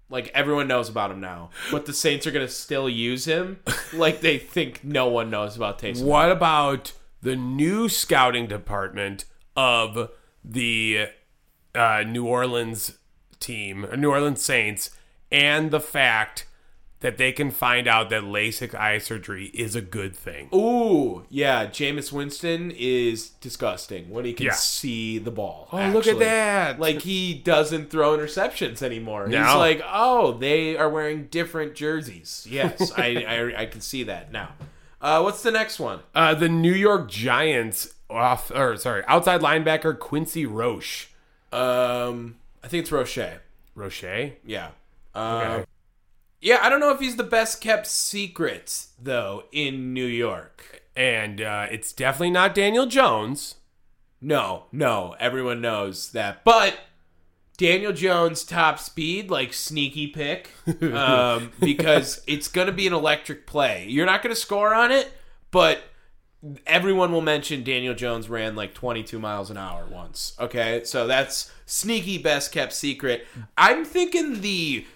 Like everyone knows about him now, but the Saints are gonna still use him like they think no one knows about Taysom. Hill.
What about the new scouting department of the uh, New Orleans team, or New Orleans Saints, and the fact that they can find out that LASIK eye surgery is a good thing?
Ooh, yeah, Jameis Winston is disgusting when he can
Yeah.
see the ball.
Oh, look at that.
Like he doesn't throw interceptions anymore. He's
No.
like, oh, they are wearing different jerseys. Yes, I, I I can see that now. Uh, what's the next one?
Uh, the New York Giants off, or sorry, outside linebacker Quincy Roche.
Um, I think it's Roche.
Roche?
Yeah. Um, Yeah, I don't know if he's the best kept secret though in New York.
And uh, it's definitely not Daniel Jones.
No, no, everyone knows that, but. Daniel Jones top speed, like sneaky pick, um, because it's going to be an electric play. You're not going to score on it, but everyone will mention Daniel Jones ran like 22 miles an hour once. Okay, so that's sneaky best kept secret. I'm thinking the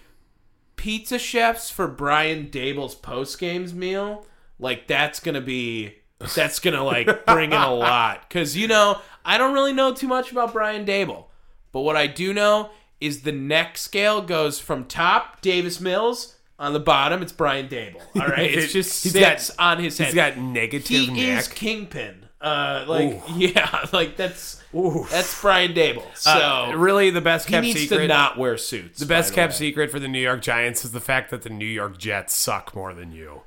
pizza chefs for Brian Dable's post games meal, like that's going to be. That's gonna like bring in a lot because you know I don't really know too much about Brian Dable, but what I do know is the neck scale goes from top Davis Mills on the bottom. It's Brian Dable. All right, it's just
He's got-
six on his head
He's got negative
he
neck.
is kingpin. Uh, like yeah, like that's that's Brian Dable. So
Uh, really, the best
he
kept
needs
secret.
to not wear suits.
The best kept secret for the New York Giants is the fact that the New York Jets suck more than you.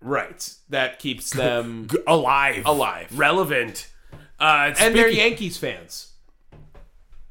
right? That keeps them,
G- alive.
Alive.
Relevant. Uh,
and they're
speaking-
Yankees fans.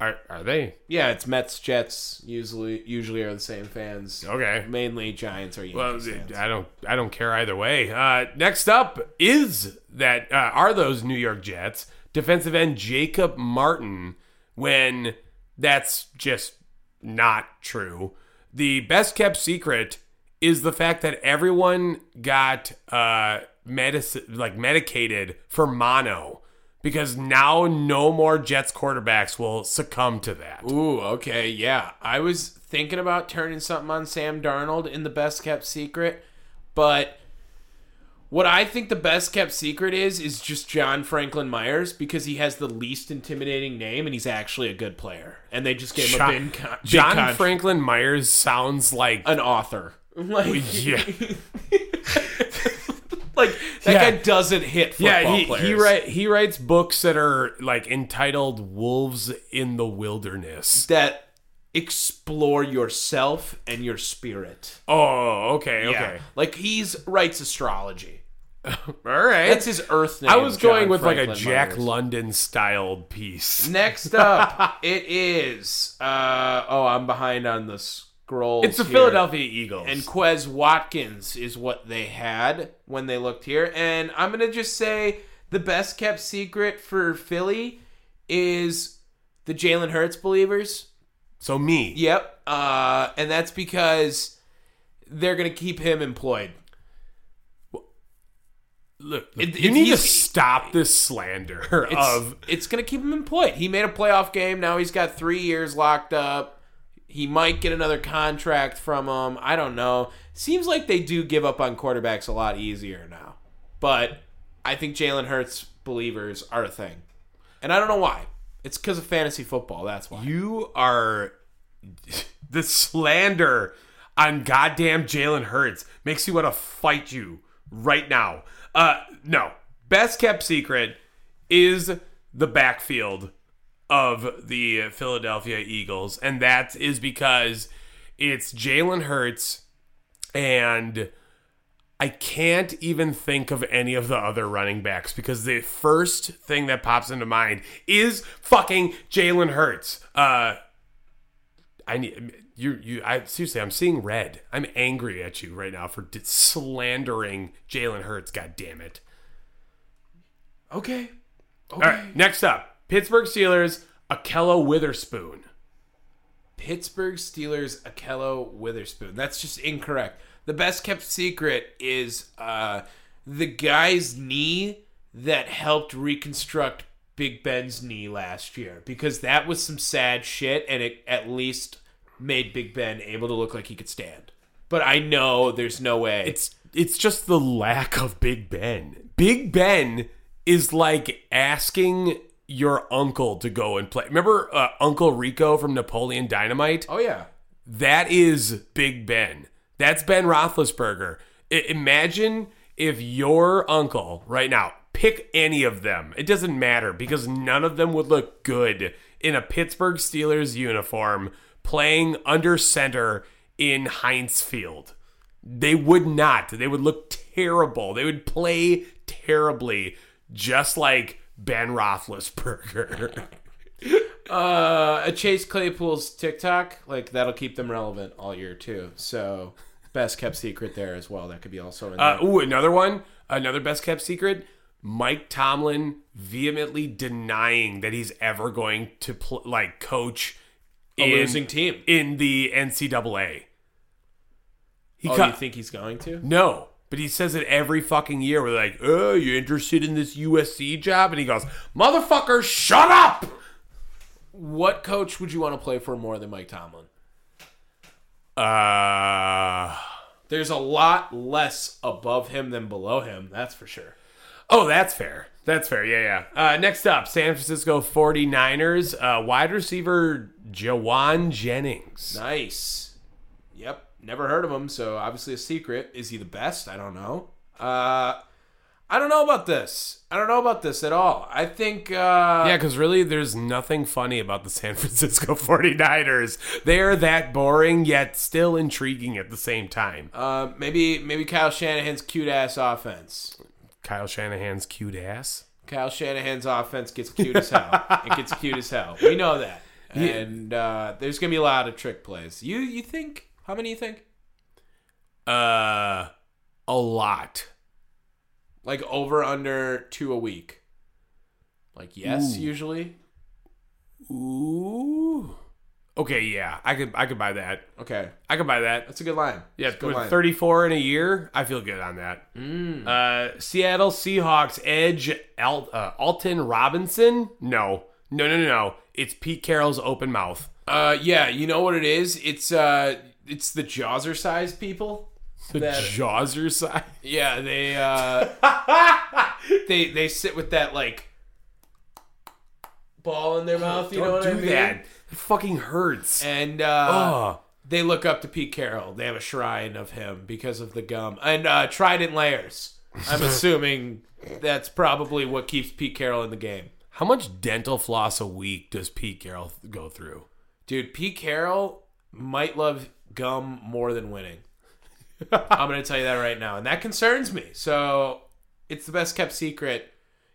are, are they?
Yeah, it's Mets, Jets usually usually are the same fans.
Okay.
mainly Giants are Yankees
Well,
fans.
I don't. I don't care either way. Uh, next up is that uh, are those New York Jets defensive end Jacob Martin. When that's just not true. The best kept secret is the fact that everyone got uh medicine like medicated for mono because now no more Jets quarterbacks will succumb to that.
Ooh, okay, yeah. I was thinking about turning something on Sam Darnold in the best kept secret, but what I think the best kept secret is is just John Franklin Myers because he has the least intimidating name and he's actually a good player. And they just gave him a
John,
big, con- big
John
con-
Franklin Myers sounds like
an author. Like,
yeah.
like that
Yeah.
guy doesn't hit football
Yeah, he,
players.
he write he writes books that are like entitled "Wolves in the Wilderness."
that explore yourself and your spirit.
Oh, okay,
Yeah.
okay,
Like he's writes astrology.
all right.
That's his earth name.
I was
John
going with like a
Franklin
Jack
Myers.
London styled piece.
Next up, it is. Uh, oh, I'm behind on the scroll.
It's the Philadelphia Eagles.
And Quez Watkins is what they had when they looked here. And I'm going to just say the best kept secret for Philly is the Jalen Hurts believers.
so me.
Yep. Uh, and that's because they're going to keep him employed.
Look,
It-
you
it's
need to
easy.
stop this slander
It's,
of
it's going to keep him employed. He made a playoff game. Now he's got three years locked up. He might get another contract from him. I don't know. Seems like they do give up on quarterbacks a lot easier now. But I think Jalen Hurts believers are a thing. And I don't know why. It's because of fantasy football. That's why.
you are the slander on goddamn Jalen Hurts makes me want to fight you right now. Uh, no, best kept secret is the backfield of the Philadelphia Eagles, and that is because it's Jalen Hurts and. I can't even think of any of the other running backs because the first thing that pops into mind is fucking Jalen Hurts. Uh, I need you. You. I seriously, I'm seeing red. I'm angry at you right now for d- slandering Jalen Hurts. God damn it!
Okay. Okay.
All right, next up, Pittsburgh Steelers, Akello Witherspoon.
Pittsburgh Steelers Akello Witherspoon. That's just incorrect. The best kept secret is uh, the guy's knee that helped reconstruct Big Ben's knee last year because that was some sad shit and it at least made Big Ben able to look like he could stand. But I know there's no way.
It's it's just the lack of Big Ben. Big Ben is like asking your uncle to go and play. Remember uh, Uncle Rico from Napoleon Dynamite?
oh yeah.
That is Big Ben. That's Ben Roethlisberger. I- imagine if your uncle right now pick any of them. It doesn't matter because none of them would look good in a Pittsburgh Steelers uniform playing under center in Heinz Field. They would not. They would look terrible. They would play terribly, just like Ben Roethlisberger.
Uh, a Chase Claypool's TikTok, like that'll keep them relevant all year too. So best kept secret there as well. That could be also in there.
Uh, ooh, another one, another best kept secret. Mike Tomlin vehemently denying that he's ever going to pl- like coach
A losing team.
in the NCAA. He
oh,
co-
you think he's going to?
no, but he says it every fucking year. We're like, "Oh, you interested in this USC job?" And he goes, "Motherfucker, shut up."
What coach would you want to play for more than Mike Tomlin?
Uh,
There's a lot less above him than below him, that's for sure.
Oh, that's fair. That's fair. Yeah, yeah. Uh, next up, San Francisco 49ers, uh, wide receiver Jawan Jennings.
Nice. Yep, never heard of him, so obviously a secret. Is he the best? I don't know. Uh I don't know about this. I don't know about this at all. I think uh
Yeah, because really, there's nothing funny about the San Francisco 49ers. They are that boring, yet still intriguing at the same time.
uh, maybe maybe Kyle Shanahan's cute ass offense.
Kyle Shanahan's cute ass.
Kyle Shanahan's offense gets cute as hell. it gets cute as hell. We know that. And uh, there's gonna be a lot of trick plays. You you think how many you think?
Uh, a lot.
like over under two a week like yes usually
Ooh. Okay, yeah, I could, I could buy that.
okay
I could buy that.
that's a good line
Yeah,
That's a good
with
line.
34 in a year, I feel good on that. Uh, Seattle Seahawks edge Al- uh, Alton Robinson? No, no, no, no, no. It's Pete Carroll's open mouth.
uh yeah you know what it is it's uh it's the jawser size people
The
That-
jaws are side.
yeah they uh they they sit with that like ball in their mouth you know
Don't
what
do
i mean
that. It fucking hurts.
and uh
oh,
they look up to Pete Carroll. They have a shrine of him because of the gum and uh, Trident layers. I'm assuming that's probably what keeps Pete Carroll in the game.
how much dental floss a week does Pete Carroll th- go through?
Dude, Pete Carroll might love gum more than winning. I'm going to tell you that right now. And that concerns me. So it's the best kept secret.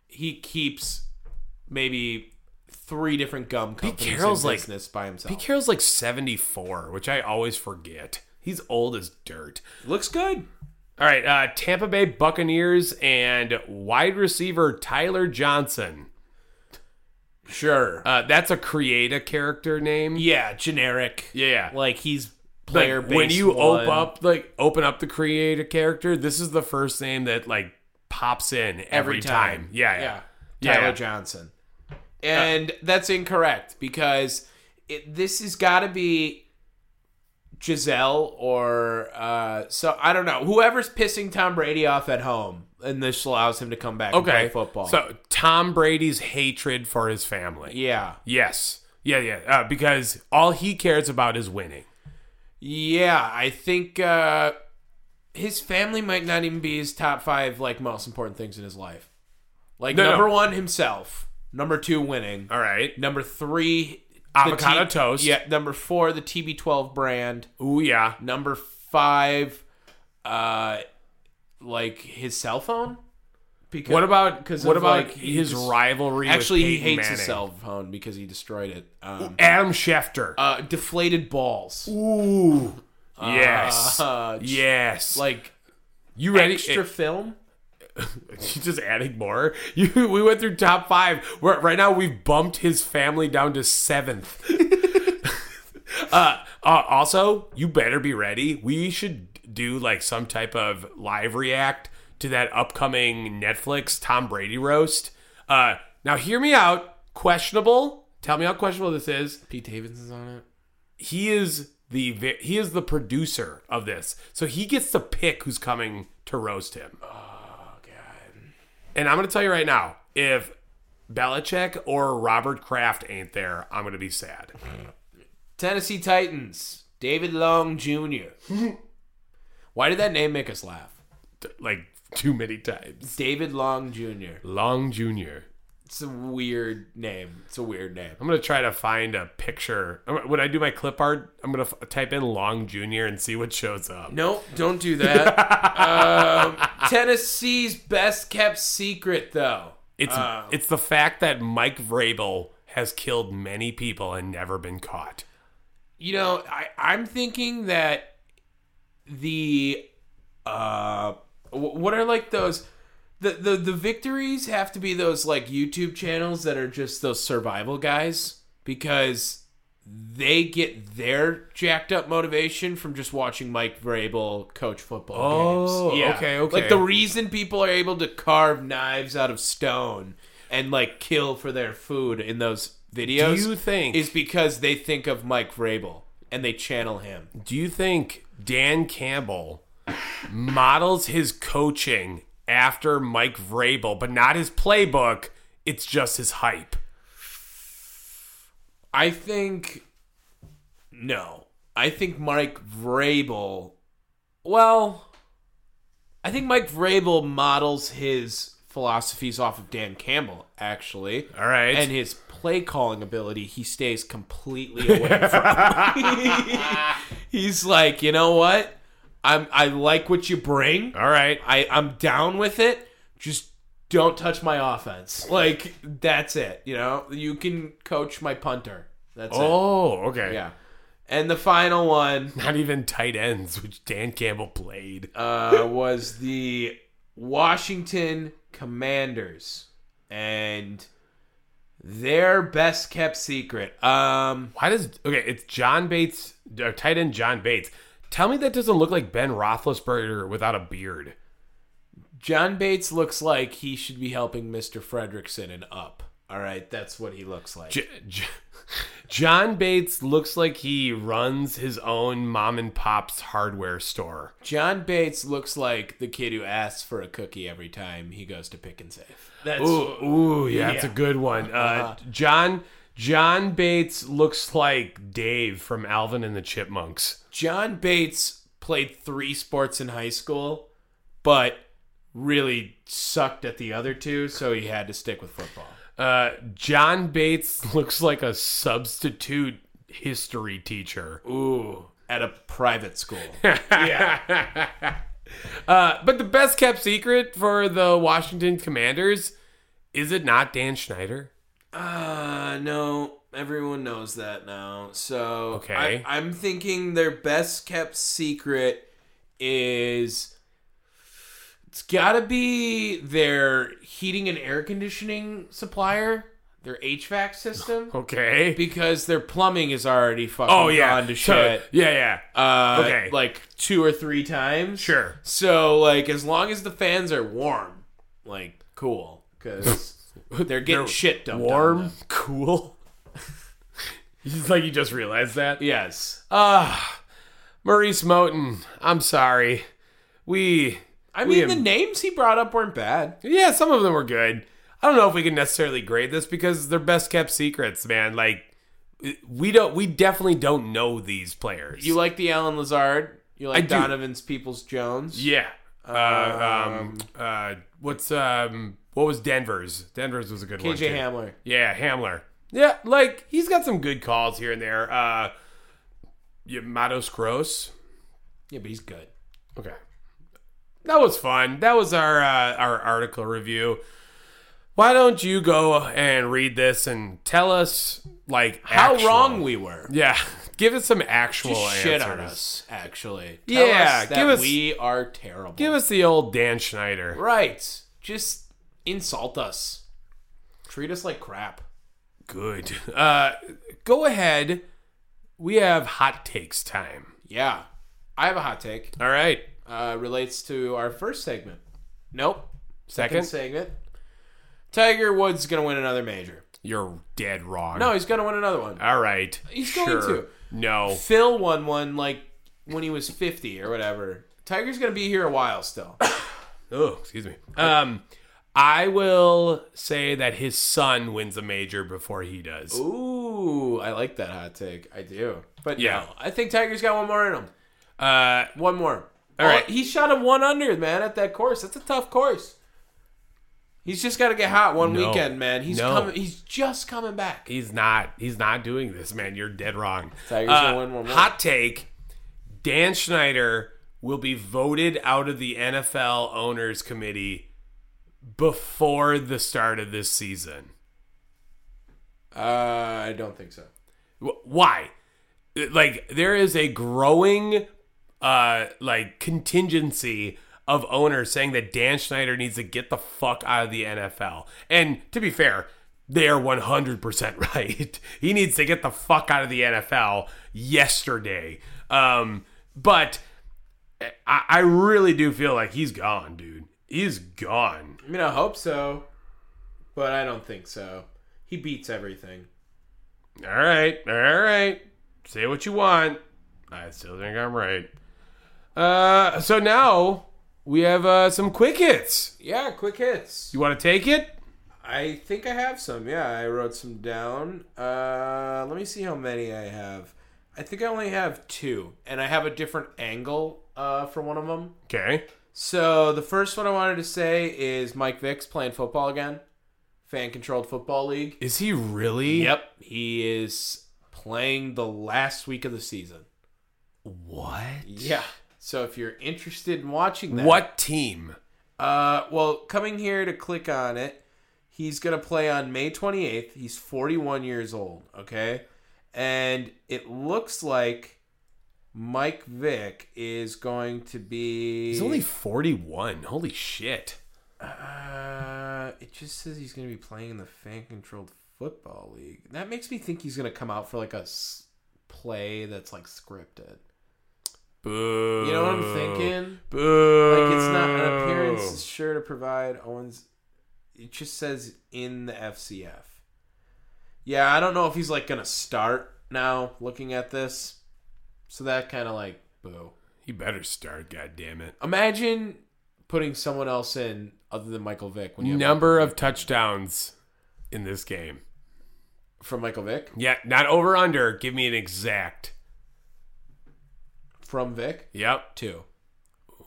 He keeps maybe three different gum companies
Carroll's
in
like-
business by himself.
Pete Carroll's like 74, which I always forget. He's old as dirt.
Looks good.
All right, uh, Tampa Bay Buccaneers and wide receiver Tyler Johnson.
Sure.
Uh, that's a create a character name.
yeah, generic.
Yeah.
Like he's player
like,
base.
when you
one.
open up like open up the creator character, this is the first name that like pops in every,
every
time.
time.
Yeah, yeah. Yeah,
Tyler
yeah.
Johnson. And that's incorrect because it, this has got to be Giselle or uh, so I don't know whoever's pissing Tom Brady off at home, and this allows him to come back and play
Okay,
football.
So Tom Brady's hatred for his family.
yeah,
Yes. Yeah, yeah. Uh, because all he cares about is winning.
yeah, I think uh, his family might not even be his top five like most important things in his life. Like
No, no.
number one himself, number two winning,
All right.
Number three,
Avocado
the T-
toast.
Yeah. Number four, the TB12 brand.
Ooh, yeah.
Number five, uh, like his cell phone. Because
What about
because
what
of,
about
like, he
his
just-
rivalry?
Actually,
with
he
Peyton
hates his
Manning?
cell phone because he destroyed it. Um,
Adam Schefter.
uh, deflated balls.
Ooh. Yes.
Uh, j-
yes.
Like
you ready?
extra film.
You just adding more. You, we went through top five. We're, right now, we've bumped his family down to seventh. uh, uh, also, you better be ready. We should do like some type of live react to that upcoming Netflix Tom Brady roast. Uh, now, hear me out. Questionable. Tell me how questionable this is
Pete Davidson's on it.
he is the vi- he is the producer of this, so he gets to pick who's coming to roast him. Oh god! And I'm gonna tell you right now, if Belichick or Robert Kraft ain't there, I'm gonna be sad.
Tennessee Titans. David Long Jr. Why did that name make us laugh?
T- Like too many times.
David Long Jr.
Long Junior.
It's a weird name. It's a weird name.
I'm gonna try to find a picture. I'm gonna- When I do my clip art, I'm gonna f- type in Long Junior and see what shows up.
Nope, don't do that. um, Tennessee's best kept secret, though.
It's it's the fact that Mike Vrabel has killed many people and never been caught.
You know, I, I'm thinking that the uh, wh- what are like those the, the the victories have to be those like YouTube channels that are just those survival guys because they get their jacked up motivation from just watching Mike Vrabel coach football
Oh,
games.
okay,
Like
okay.
the reason people are able to carve knives out of stone and like kill for their food in those videos
you think-
is because they think of Mike Vrabel and they channel him.
Do you think Dan Campbell models his coaching after Mike Vrabel, but not his playbook? It's just his hype.
I think no. I think Mike Vrabel. Well, I think Mike Vrabel models his philosophies off of Dan Campbell, actually,
All right.
and his play calling ability. He stays completely away from. He's like, you know what? I'm. I like what you bring.
All right.
I, I'm down with it. Just don't touch my offense. Like that's it. You know, you can coach my punter. That's
Oh, okay.
it. Yeah. And the final one
Not even tight ends, which Dan Campbell played.
uh, was the Washington Commanders and their best kept secret. Um,
Why does okay? It's John Bates, uh, tight end John Bates. Tell me that doesn't look like Ben Roethlisberger without a beard.
John Bates looks like he should be helping Mr. Fredrickson and up. All right, that's what he looks like.
J- J- John Bates looks like he runs his own mom and pop's hardware store.
John Bates looks like the kid who asks for a cookie every time he goes to pick and save. That's Uh-huh.
Ooh, ooh, yeah, that's a good one. Uh, John John Bates looks like Dave from Alvin and the Chipmunks.
John Bates played three sports in high school, but really sucked at the other two, so he had to stick with football.
Uh, John Bates looks like a substitute history teacher.
Ooh, at a private school.
Uh, but the best kept secret for the Washington Commanders is it not Dan Schneider?
uh no, everyone knows that now. So
Okay.
I, I'm thinking their best kept secret is it's gotta be their heating and air conditioning supplier. their HVAC system
Okay.
because their plumbing is already fucking
oh yeah.
gone to
So-
shit.
yeah, yeah.
uh,
Okay.
like two or three times.
Sure.
So like as long as the fans are warm, like cool, because they're getting
They're
shit dumped. on
warm,
them.
cool. it's like you just realized that.
Yes.
Uh, Maurice Moten, I'm sorry. We
I
we
mean
am-
the names he brought up weren't bad.
Yeah, some of them were good. I don't know if we can necessarily grade this because they're best kept secrets, man. Like we don't we definitely don't know these players.
You like the Alan Lazard. You like
I do.
Donovan's Peoples Jones.
Yeah. Uh, um, uh, what's um, what was Denver's? Denver's was a good one.
KJ
too.
Hamler.
Yeah, Hamler. Yeah, like he's got some good calls here and there. Uh, Yamatos Gross.
Yeah, but he's good.
Okay. That was fun. That was our uh, our article review. Why don't you go and read this and tell us like
How
actual-
wrong we were.
Yeah, give us some actual
Just shit on
answers.
us, actually. Tell
Yeah,
us that
give us-
we are terrible.
Give us the old Dan Schneider.
right. Just insult us. Treat us like crap.
Good. Uh, go ahead. We have hot takes time.
Yeah. I have a hot take.
All right.
Uh, relates to our first segment. Nope.
Second,
Second segment. Tiger Woods is going to win another major.
you're dead wrong.
No, he's going to win another one.
All right.
He's going
Sure.
to.
No.
Phil won one like when he was 50 or whatever. Tiger's going to be here a while still.
Oh, excuse me. Um, I will say that his son wins a major before he does.
Ooh, I like that hot take. I do. But yeah,
Yeah.
I think Tiger's got one more in him.
Uh,
One more. Oh,
All right.
He shot a one under, man, at that course. That's a tough course. He's just got to get hot one
No.
weekend, man. He's
No.
coming. He's just coming back.
he's not. He's not doing this, man. You're dead wrong.
Tiger's
Uh,
gonna win one more.
Hot take: Dan Schneider will be voted out of the NFL owners committee before the start of this season.
Uh, I don't think so.
Wh- why like there is a growing uh like contingency of owners saying that Dan Schneider needs to get the fuck out of the NFL. And to be fair, they are 100% right. He needs to get the fuck out of the NFL yesterday. Um but eh, I, I really do feel like he's gone, dude. He's gone.
I mean, I hope so, but I don't think so. He beats everything.
All right, all right. Say what you want. I still think I'm right. Uh, so now we have uh, some quick hits.
Yeah, quick hits.
You want to take it?
I think I have some. Yeah, I wrote some down. Uh, let me see how many I have. I think I only have two, and I have a different angle uh, for one of them.
Okay.
So the first one I wanted to say is Mike Vick's playing football again, fan controlled football league.
Is he really?
Yep, he is playing the last week of the season.
What?
Yeah. So if you're interested in watching that,
What team?
Uh, well, coming here to click on it, he's gonna play on May 28th. He's 41 years old. Okay, and it looks like Mike Vick is going to be.
He's only 41. Holy shit.
Uh, it just says he's going to be playing in the fan controlled football league. That makes me think he's going to come out for like a s- play that's like scripted.
Boo.
You know what
Oh.
I'm thinking?
Boo.
Like it's not an appearance
Oh.
is sure to provide Owens. It just says in the FCF. Yeah, I don't know if he's like going to start now. Looking at this, so that kind of like boo.
He better start, God damn it.
Imagine putting someone else in other than Michael Vick when you have
Number of touchdowns in this game.
from Michael Vick
Yeah, not over under. Give me an exact.
from Vick.
Yep.
Two.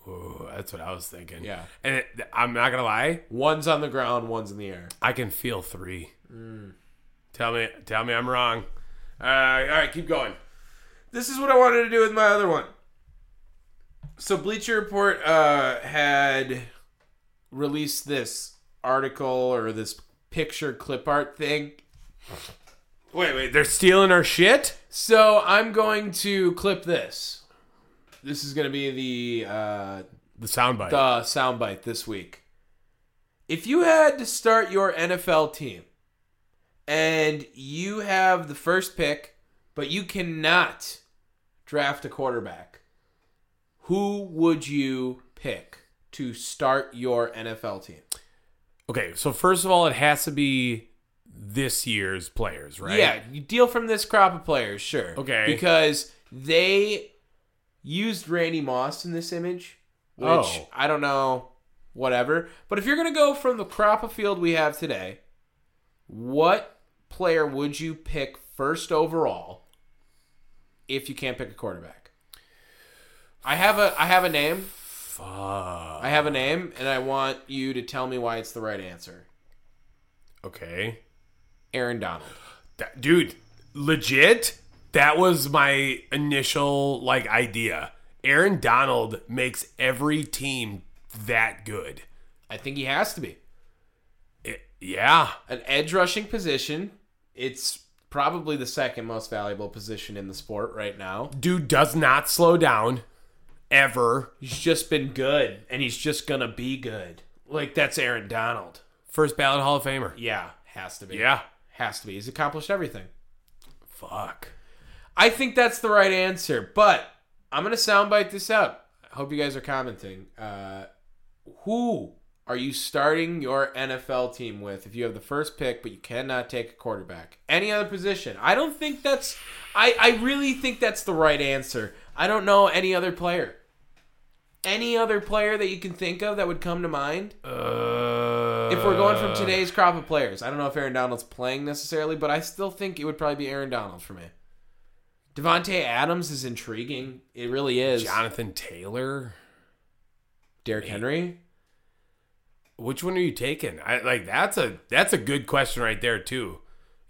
Ooh, that's what I was thinking.
Yeah.
And it, I'm not gonna lie,
One's on the ground, one's in the air.
I can feel three.
Mm.
Tell me, tell me I'm wrong. Uh, all right, keep going.
This is what I wanted to do with my other one. So Bleacher Report uh, had released this article or this picture clip art thing.
Wait, wait, they're stealing our shit.
So I'm going to clip this. This is going to be the uh,
The soundbite.
the soundbite this week. If you had to start your NFL team and you have the first pick, but you cannot draft a quarterback, who would you pick to start your NFL team?
Okay, so first of all, it has to be this year's players, right?
Yeah, you deal from this crop of players, sure.
Okay.
Because they used Randy Moss in this image, which
Oh.
I don't know, whatever. But if you're going to go from the crop of field we have today, what player would you pick first overall if you can't pick a quarterback? I have a I have a name.
Fuck.
I have a name and I want you to tell me why it's the right answer.
Okay.
Aaron Donald.
That- dude, legit? That was my initial like idea. Aaron Donald makes every team that good.
I think he has to be.
It- yeah.
an edge rushing position. It's probably the second most valuable position in the sport right now.
Dude does not slow down ever.
He's just been good, and he's just gonna be good. Like that's Aaron Donald.
First ballot Hall of Famer.
Yeah, has to be.
Yeah.
has to be. He's accomplished everything.
Fuck.
I think that's the right answer, but I'm gonna soundbite this out. I hope you guys are commenting. Uh, who are you starting your NFL team with if you have the first pick but you cannot take a quarterback? Any other position? I don't think that's. I I really think that's the right answer. I don't know any other player. Any other player that you can think of that would come to mind?
Uh,
if we're going from today's crop of players, I don't know if Aaron Donald's playing necessarily, but I still think it would probably be Aaron Donald for me. Devonte Adams is intriguing. It really is.
Jonathan Taylor.
Derrick Henry.
Which one are you taking? I like that's a that's a good question right there too.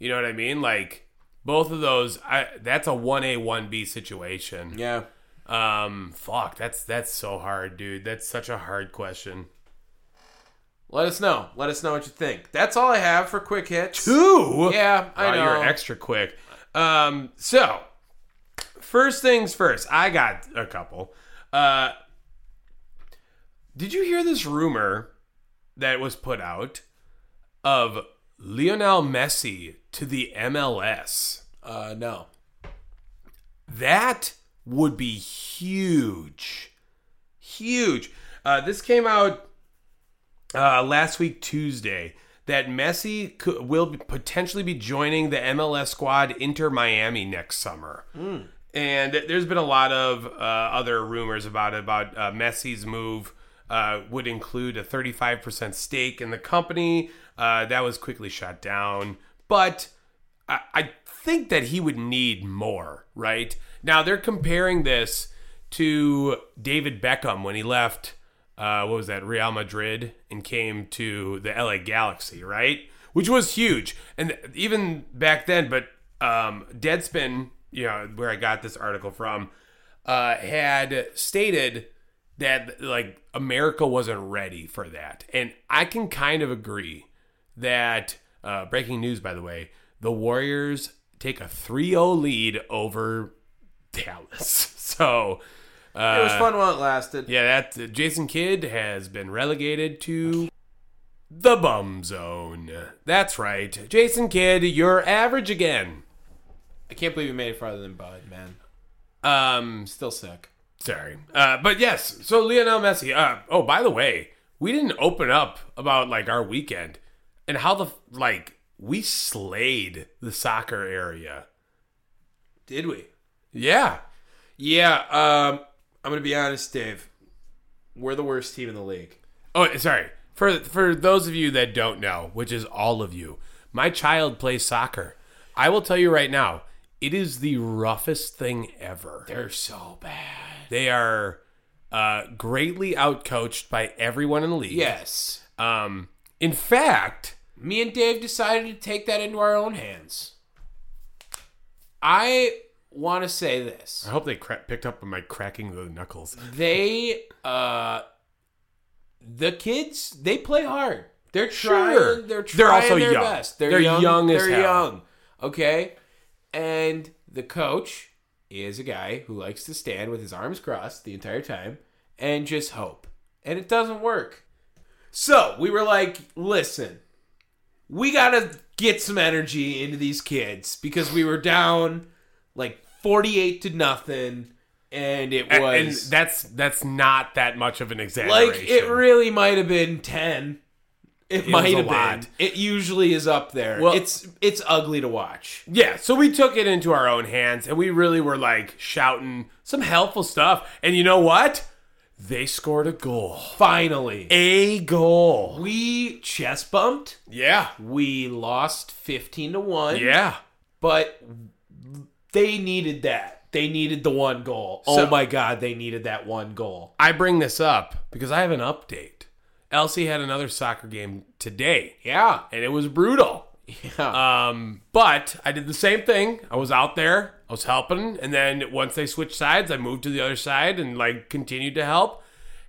You know what I mean? Like both of those, I that's a one A one B situation.
Yeah.
Um, fuck, that's that's so hard, dude. That's such a hard question.
Let us know. Let us know what you think. That's all I have for quick hits.
Ooh,
Yeah, I know.
You're extra quick. Um, so first things first, I got a couple. Uh, did you hear this rumor that was put out of Lionel Messi to the MLS?
Uh, no.
That would be huge. Huge. Uh, this came out uh, last week, Tuesday, that Messi could, will be- potentially be joining the MLS squad Inter Miami next summer. And there's been a lot of uh, other rumors about it, about uh, Messi's move. Uh, would include a 35% stake in the company. Uh, that was quickly shot down. But I, I think that he would need more, right? Now they're comparing this to David Beckham when he left uh, what was that Real Madrid and came to the LA Galaxy, right? Which was huge, and even back then. But um, Deadspin, you know, where I got this article from, uh, had stated that like America wasn't ready for that, and I can kind of agree that uh, breaking news by the way the warriors take a 3-0 lead over dallas so uh,
It was fun while it lasted.
yeah that jason kidd has been relegated to the bum zone that's right jason kidd you're average again
I can't believe you made it farther than Bud, man.
um
I'm still sick.
Sorry. Uh, but yes, so Lionel Messi. Uh, oh, by the way, we didn't open up about like our weekend and how the like we slayed the soccer area.
Did we?
Yeah.
Yeah. Um, I'm gonna be honest, Dave. We're the worst team in the league.
Oh, sorry. For for those of you that don't know, which is all of you, my child plays soccer. I will tell you right now, it is the roughest thing ever.
They're so bad.
They are uh, greatly outcoached by everyone in the league.
Yes.
Um. In fact.
me and Dave decided to take that into our own hands. I want to say this.
I hope they cra- picked up on my cracking the knuckles.
They, uh, the kids, they play hard. They're trying.
Sure.
They're trying
They're also
their
young.
best. They're,
They're
young.
young as
they're
hell.
young. Okay. And the coach is a guy who likes to stand with his arms crossed the entire time and just hope. And it doesn't work. So we were like, listen, we gotta get some energy into these kids because we were down like 48 to nothing and it
A-
was
and that's that's not that much of an exaggeration.
like it really might have been 10 it,
was
might
a
have
lot.
been it usually is up there
Well-
it's it's ugly to watch
Yeah, so we took it into our own hands and we really were like shouting some helpful stuff. And you know what? They scored a goal.
finally
A goal.
we chest bumped
Yeah.
we lost 15 to 1
Yeah.
but they needed that they needed the one goal oh
So-
my god they needed that one goal
I bring this up because I have an update. Elsie had another soccer game today.
yeah
And it was brutal.
yeah
Um, but I did the same thing. I was out there, I was helping, and then once they switched sides, I moved to the other side and like continued to help.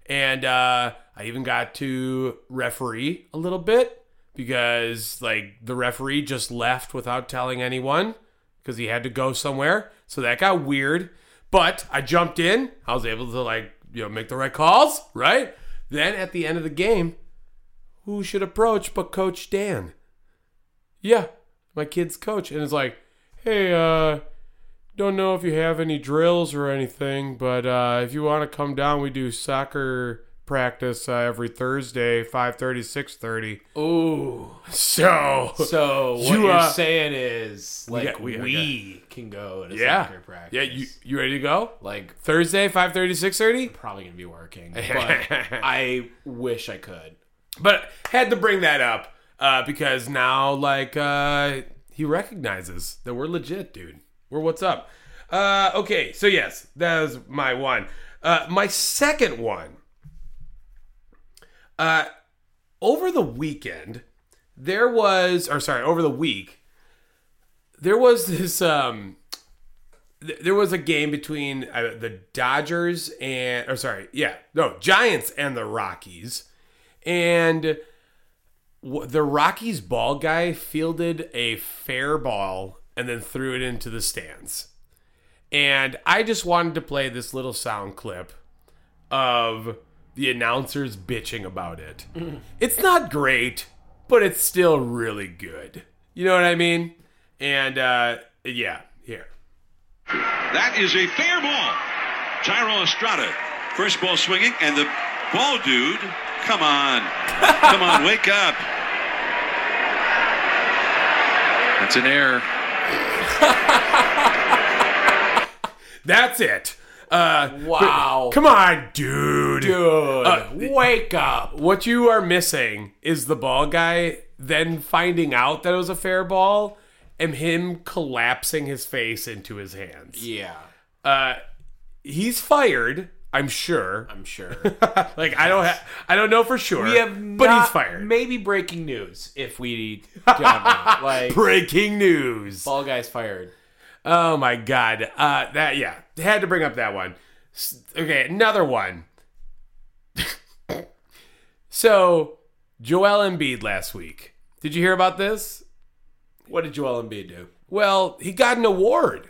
And uh, I even got to referee a little bit because like the referee just left without telling anyone because he had to go somewhere. So that got weird. But I jumped in. I was able to like you know make the right calls, right? Then at the end of the game, who should approach but Coach Dan? yeah, my kid's coach. And it's like, hey, uh, don't know if you have any drills or anything, but uh, if you want to come down, we do soccer practice uh, every Thursday, 5.30, 6.30.
Ooh.
So,
So what
You,
you, are
uh,
saying is like
got- we
we,
got-
can go to
yeah.
soccer practice.
Yeah, you, you ready to go?
like
Thursday, 5.30, 6.30?
probably gonna be working, but I wish I could.
But had to bring that up uh, because now, like, uh, he recognizes that we're legit, dude. We're what's up. Uh, okay, so yes, that was my one. Uh, my second one. Uh, over the weekend, there was, or sorry, over the week, there was this. Um, th- there was a game between uh, the Dodgers and, or sorry, yeah, no, Giants and the Rockies and w- the Rockies ball guy fielded a fair ball and then threw it into the stands. And I just wanted to play this little sound clip of the announcers bitching about it. it's not great, but it's still really good. You know what I mean? And uh, yeah, here.
That is a fair ball. Tyro Estrada. First ball swinging, and the ball dude, come on. Come on, wake up. That's an error.
That's it. Uh,
Wow.
Come on, dude.
Dude,
Uh,
wake up.
What you are missing is the ball guy then finding out that it was a fair ball and him collapsing his face into his hands.
Yeah,
Uh, he's fired, I'm sure.
I'm sure.
like I don't ha- I don't know for sure.
We have
but
not-
he's fired.
Maybe breaking news if we don't know. like
Breaking news.
ball guys fired.
Oh my god. Uh that yeah. Had to bring up that one. S- Okay, another one. so, Joel Embiid last week. Did you hear about this?
What did Joel Embiid do? Mm.
Well, he got an award.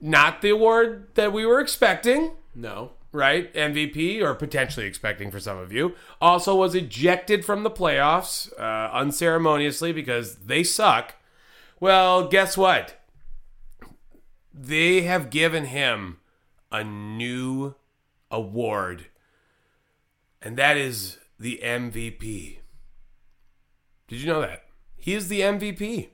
Not the award that we were expecting,
No.
right? MVP or potentially expecting for some of you. Also was ejected from the playoffs uh, unceremoniously because they suck. Well, guess what? They have given him a new award, and that is the MVP. Did you know that? He is the MVP.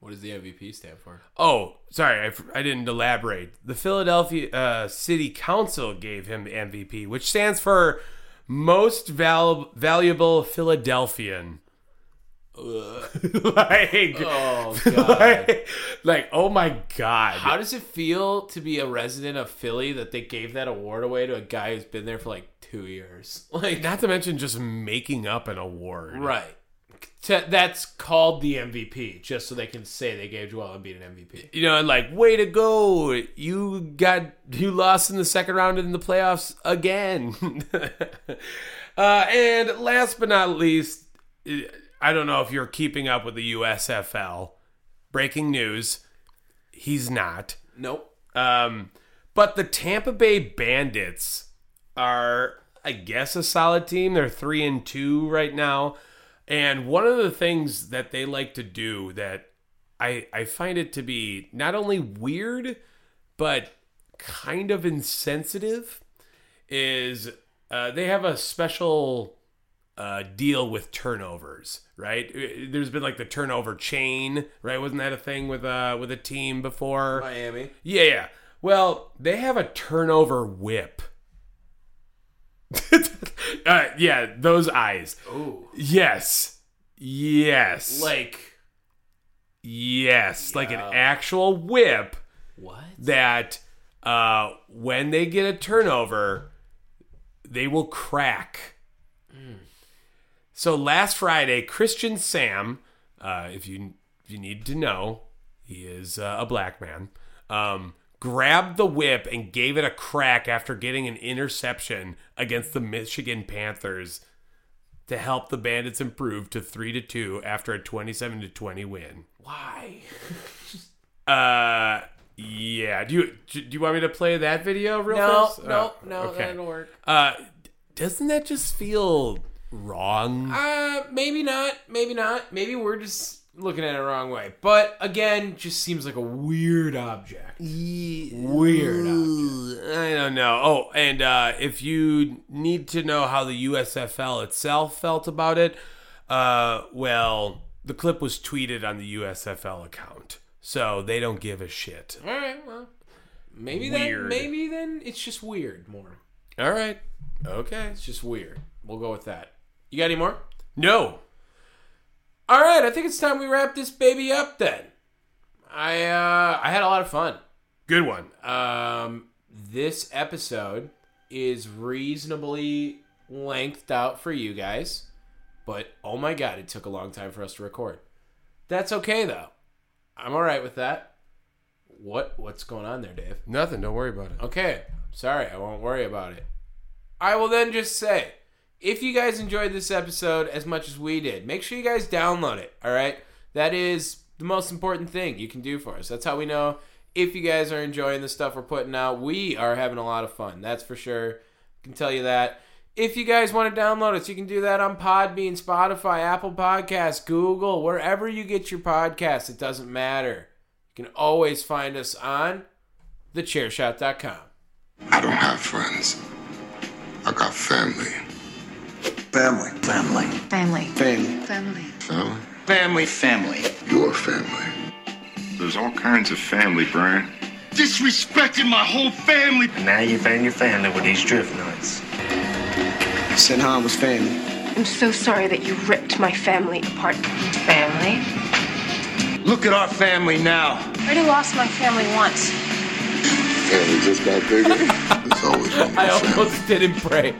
What does the MVP stand for?
Oh, sorry, I, f- I didn't elaborate. The Philadelphia uh, City Council gave him MVP, which stands for Most Val- Valuable Philadelphian. like,
Oh god.
like, like, oh my god!
How does it feel to be a resident of Philly that they gave that award away to a guy who's been there for like two years? Like,
Not to mention just making up an award,
right. T- that's called the MVP, just so they can say they gave Joel Embiid an MVP.
You know, and like, way to go! You got you lost in the second round in the playoffs again. uh, and last but not least, I don't know if you're keeping up with the USFL. Breaking news: He's not.
Nope.
Um, but the Tampa Bay Bandits are, I guess, a solid team. They're three and two right now, And one of the things that they like to do that I I find it to be not only weird but kind of insensitive is uh, they have a special uh, deal with turnovers, right? Uh, There's been like the turnover chain, right? Wasn't that a thing with uh with a team before?
Miami.
Yeah, yeah. Well, they have a turnover whip. uh, yeah, those eyes.
Ooh.
Yes. Yes.
Like
yes, like an actual whip
what?
that uh when they get a turnover, they will crack. So last Friday, Christian Sam, uh, if you if you need to know, he is uh, a black man. Um, grabbed the whip and gave it a crack after getting an interception against the Michigan Panthers to help the Bandits improve to three to two after a twenty-seven to twenty win.
Why?
Uh, yeah. Do you do you want me to play that video real
No,
fast?
no,
Oh,
no, that'll work.
Uh, doesn't that just feel wrong?
Uh, maybe not. Maybe not. Maybe we're just looking at it the wrong way. But again, just seems like a weird object.
Mm.
Weird object.
I don't know. Oh, and uh, if you need to know how the USFL itself felt about it, uh, well, the clip was tweeted on the USFL account, so they don't give a shit.
All right. Well, maybe then.
Weird.
Maybe then it's just weird more.
All right. Okay.
It's just weird. We'll go with that. You got any more?
No.
All right. I think it's time we wrap this baby up. Then. I uh, I had a lot of fun.
Good one.
Um, this episode is reasonably lengthed out for you guys, but oh my god, it took a long time for us to record. That's okay though. I'm all right with that. What what's going on there, Dave?
Nothing. Don't worry about it.
Okay, sorry, I won't worry about it. I will then just say if you guys enjoyed this episode as much as we did, make sure you guys download it, all right? That is the most important thing you can do for us. That's how we know if you guys are enjoying the stuff we're putting out. We are having a lot of fun, that's for sure. can tell you that. If you guys want to download us, you can do that on Podbean, Spotify, Apple Podcasts, Google, wherever you get your podcasts. It doesn't matter. You can always find us on thechairshot.com.
I don't have friends. I got family.
Family. Family.
Family.
Family.
Family.
Family?
Family. Family.
Your family.
There's all kinds of family, Brian.
Disrespecting my whole family.
Now you found your family with these drift nuts.
Sinhan was family.
I'm so sorry that you ripped my family apart. Family?
Look at our family now.
I already lost my family once.
Family just got bigger. It's always been
I
your family.
almost didn't break.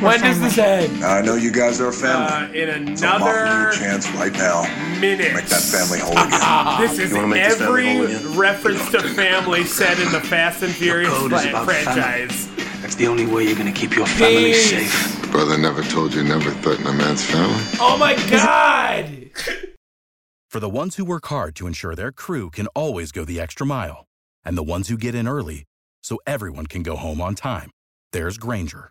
When does this end?
I know you guys are a
Uh,
family.
in
so I'm offering you
another
a chance right now.
minute,
Make that family whole again.
This is
You wanna make this family
every
whole again?
reference to family said in the Fast and Furious
code is
fran-
about
franchise.
That's the only way you're gonna keep your family
Jeez.
safe.
Brother never told you never threaten a man's family.
Oh my god!
For the ones who work hard to ensure their crew can always go the extra mile, and the ones who get in early so everyone can go home on time, there's Granger,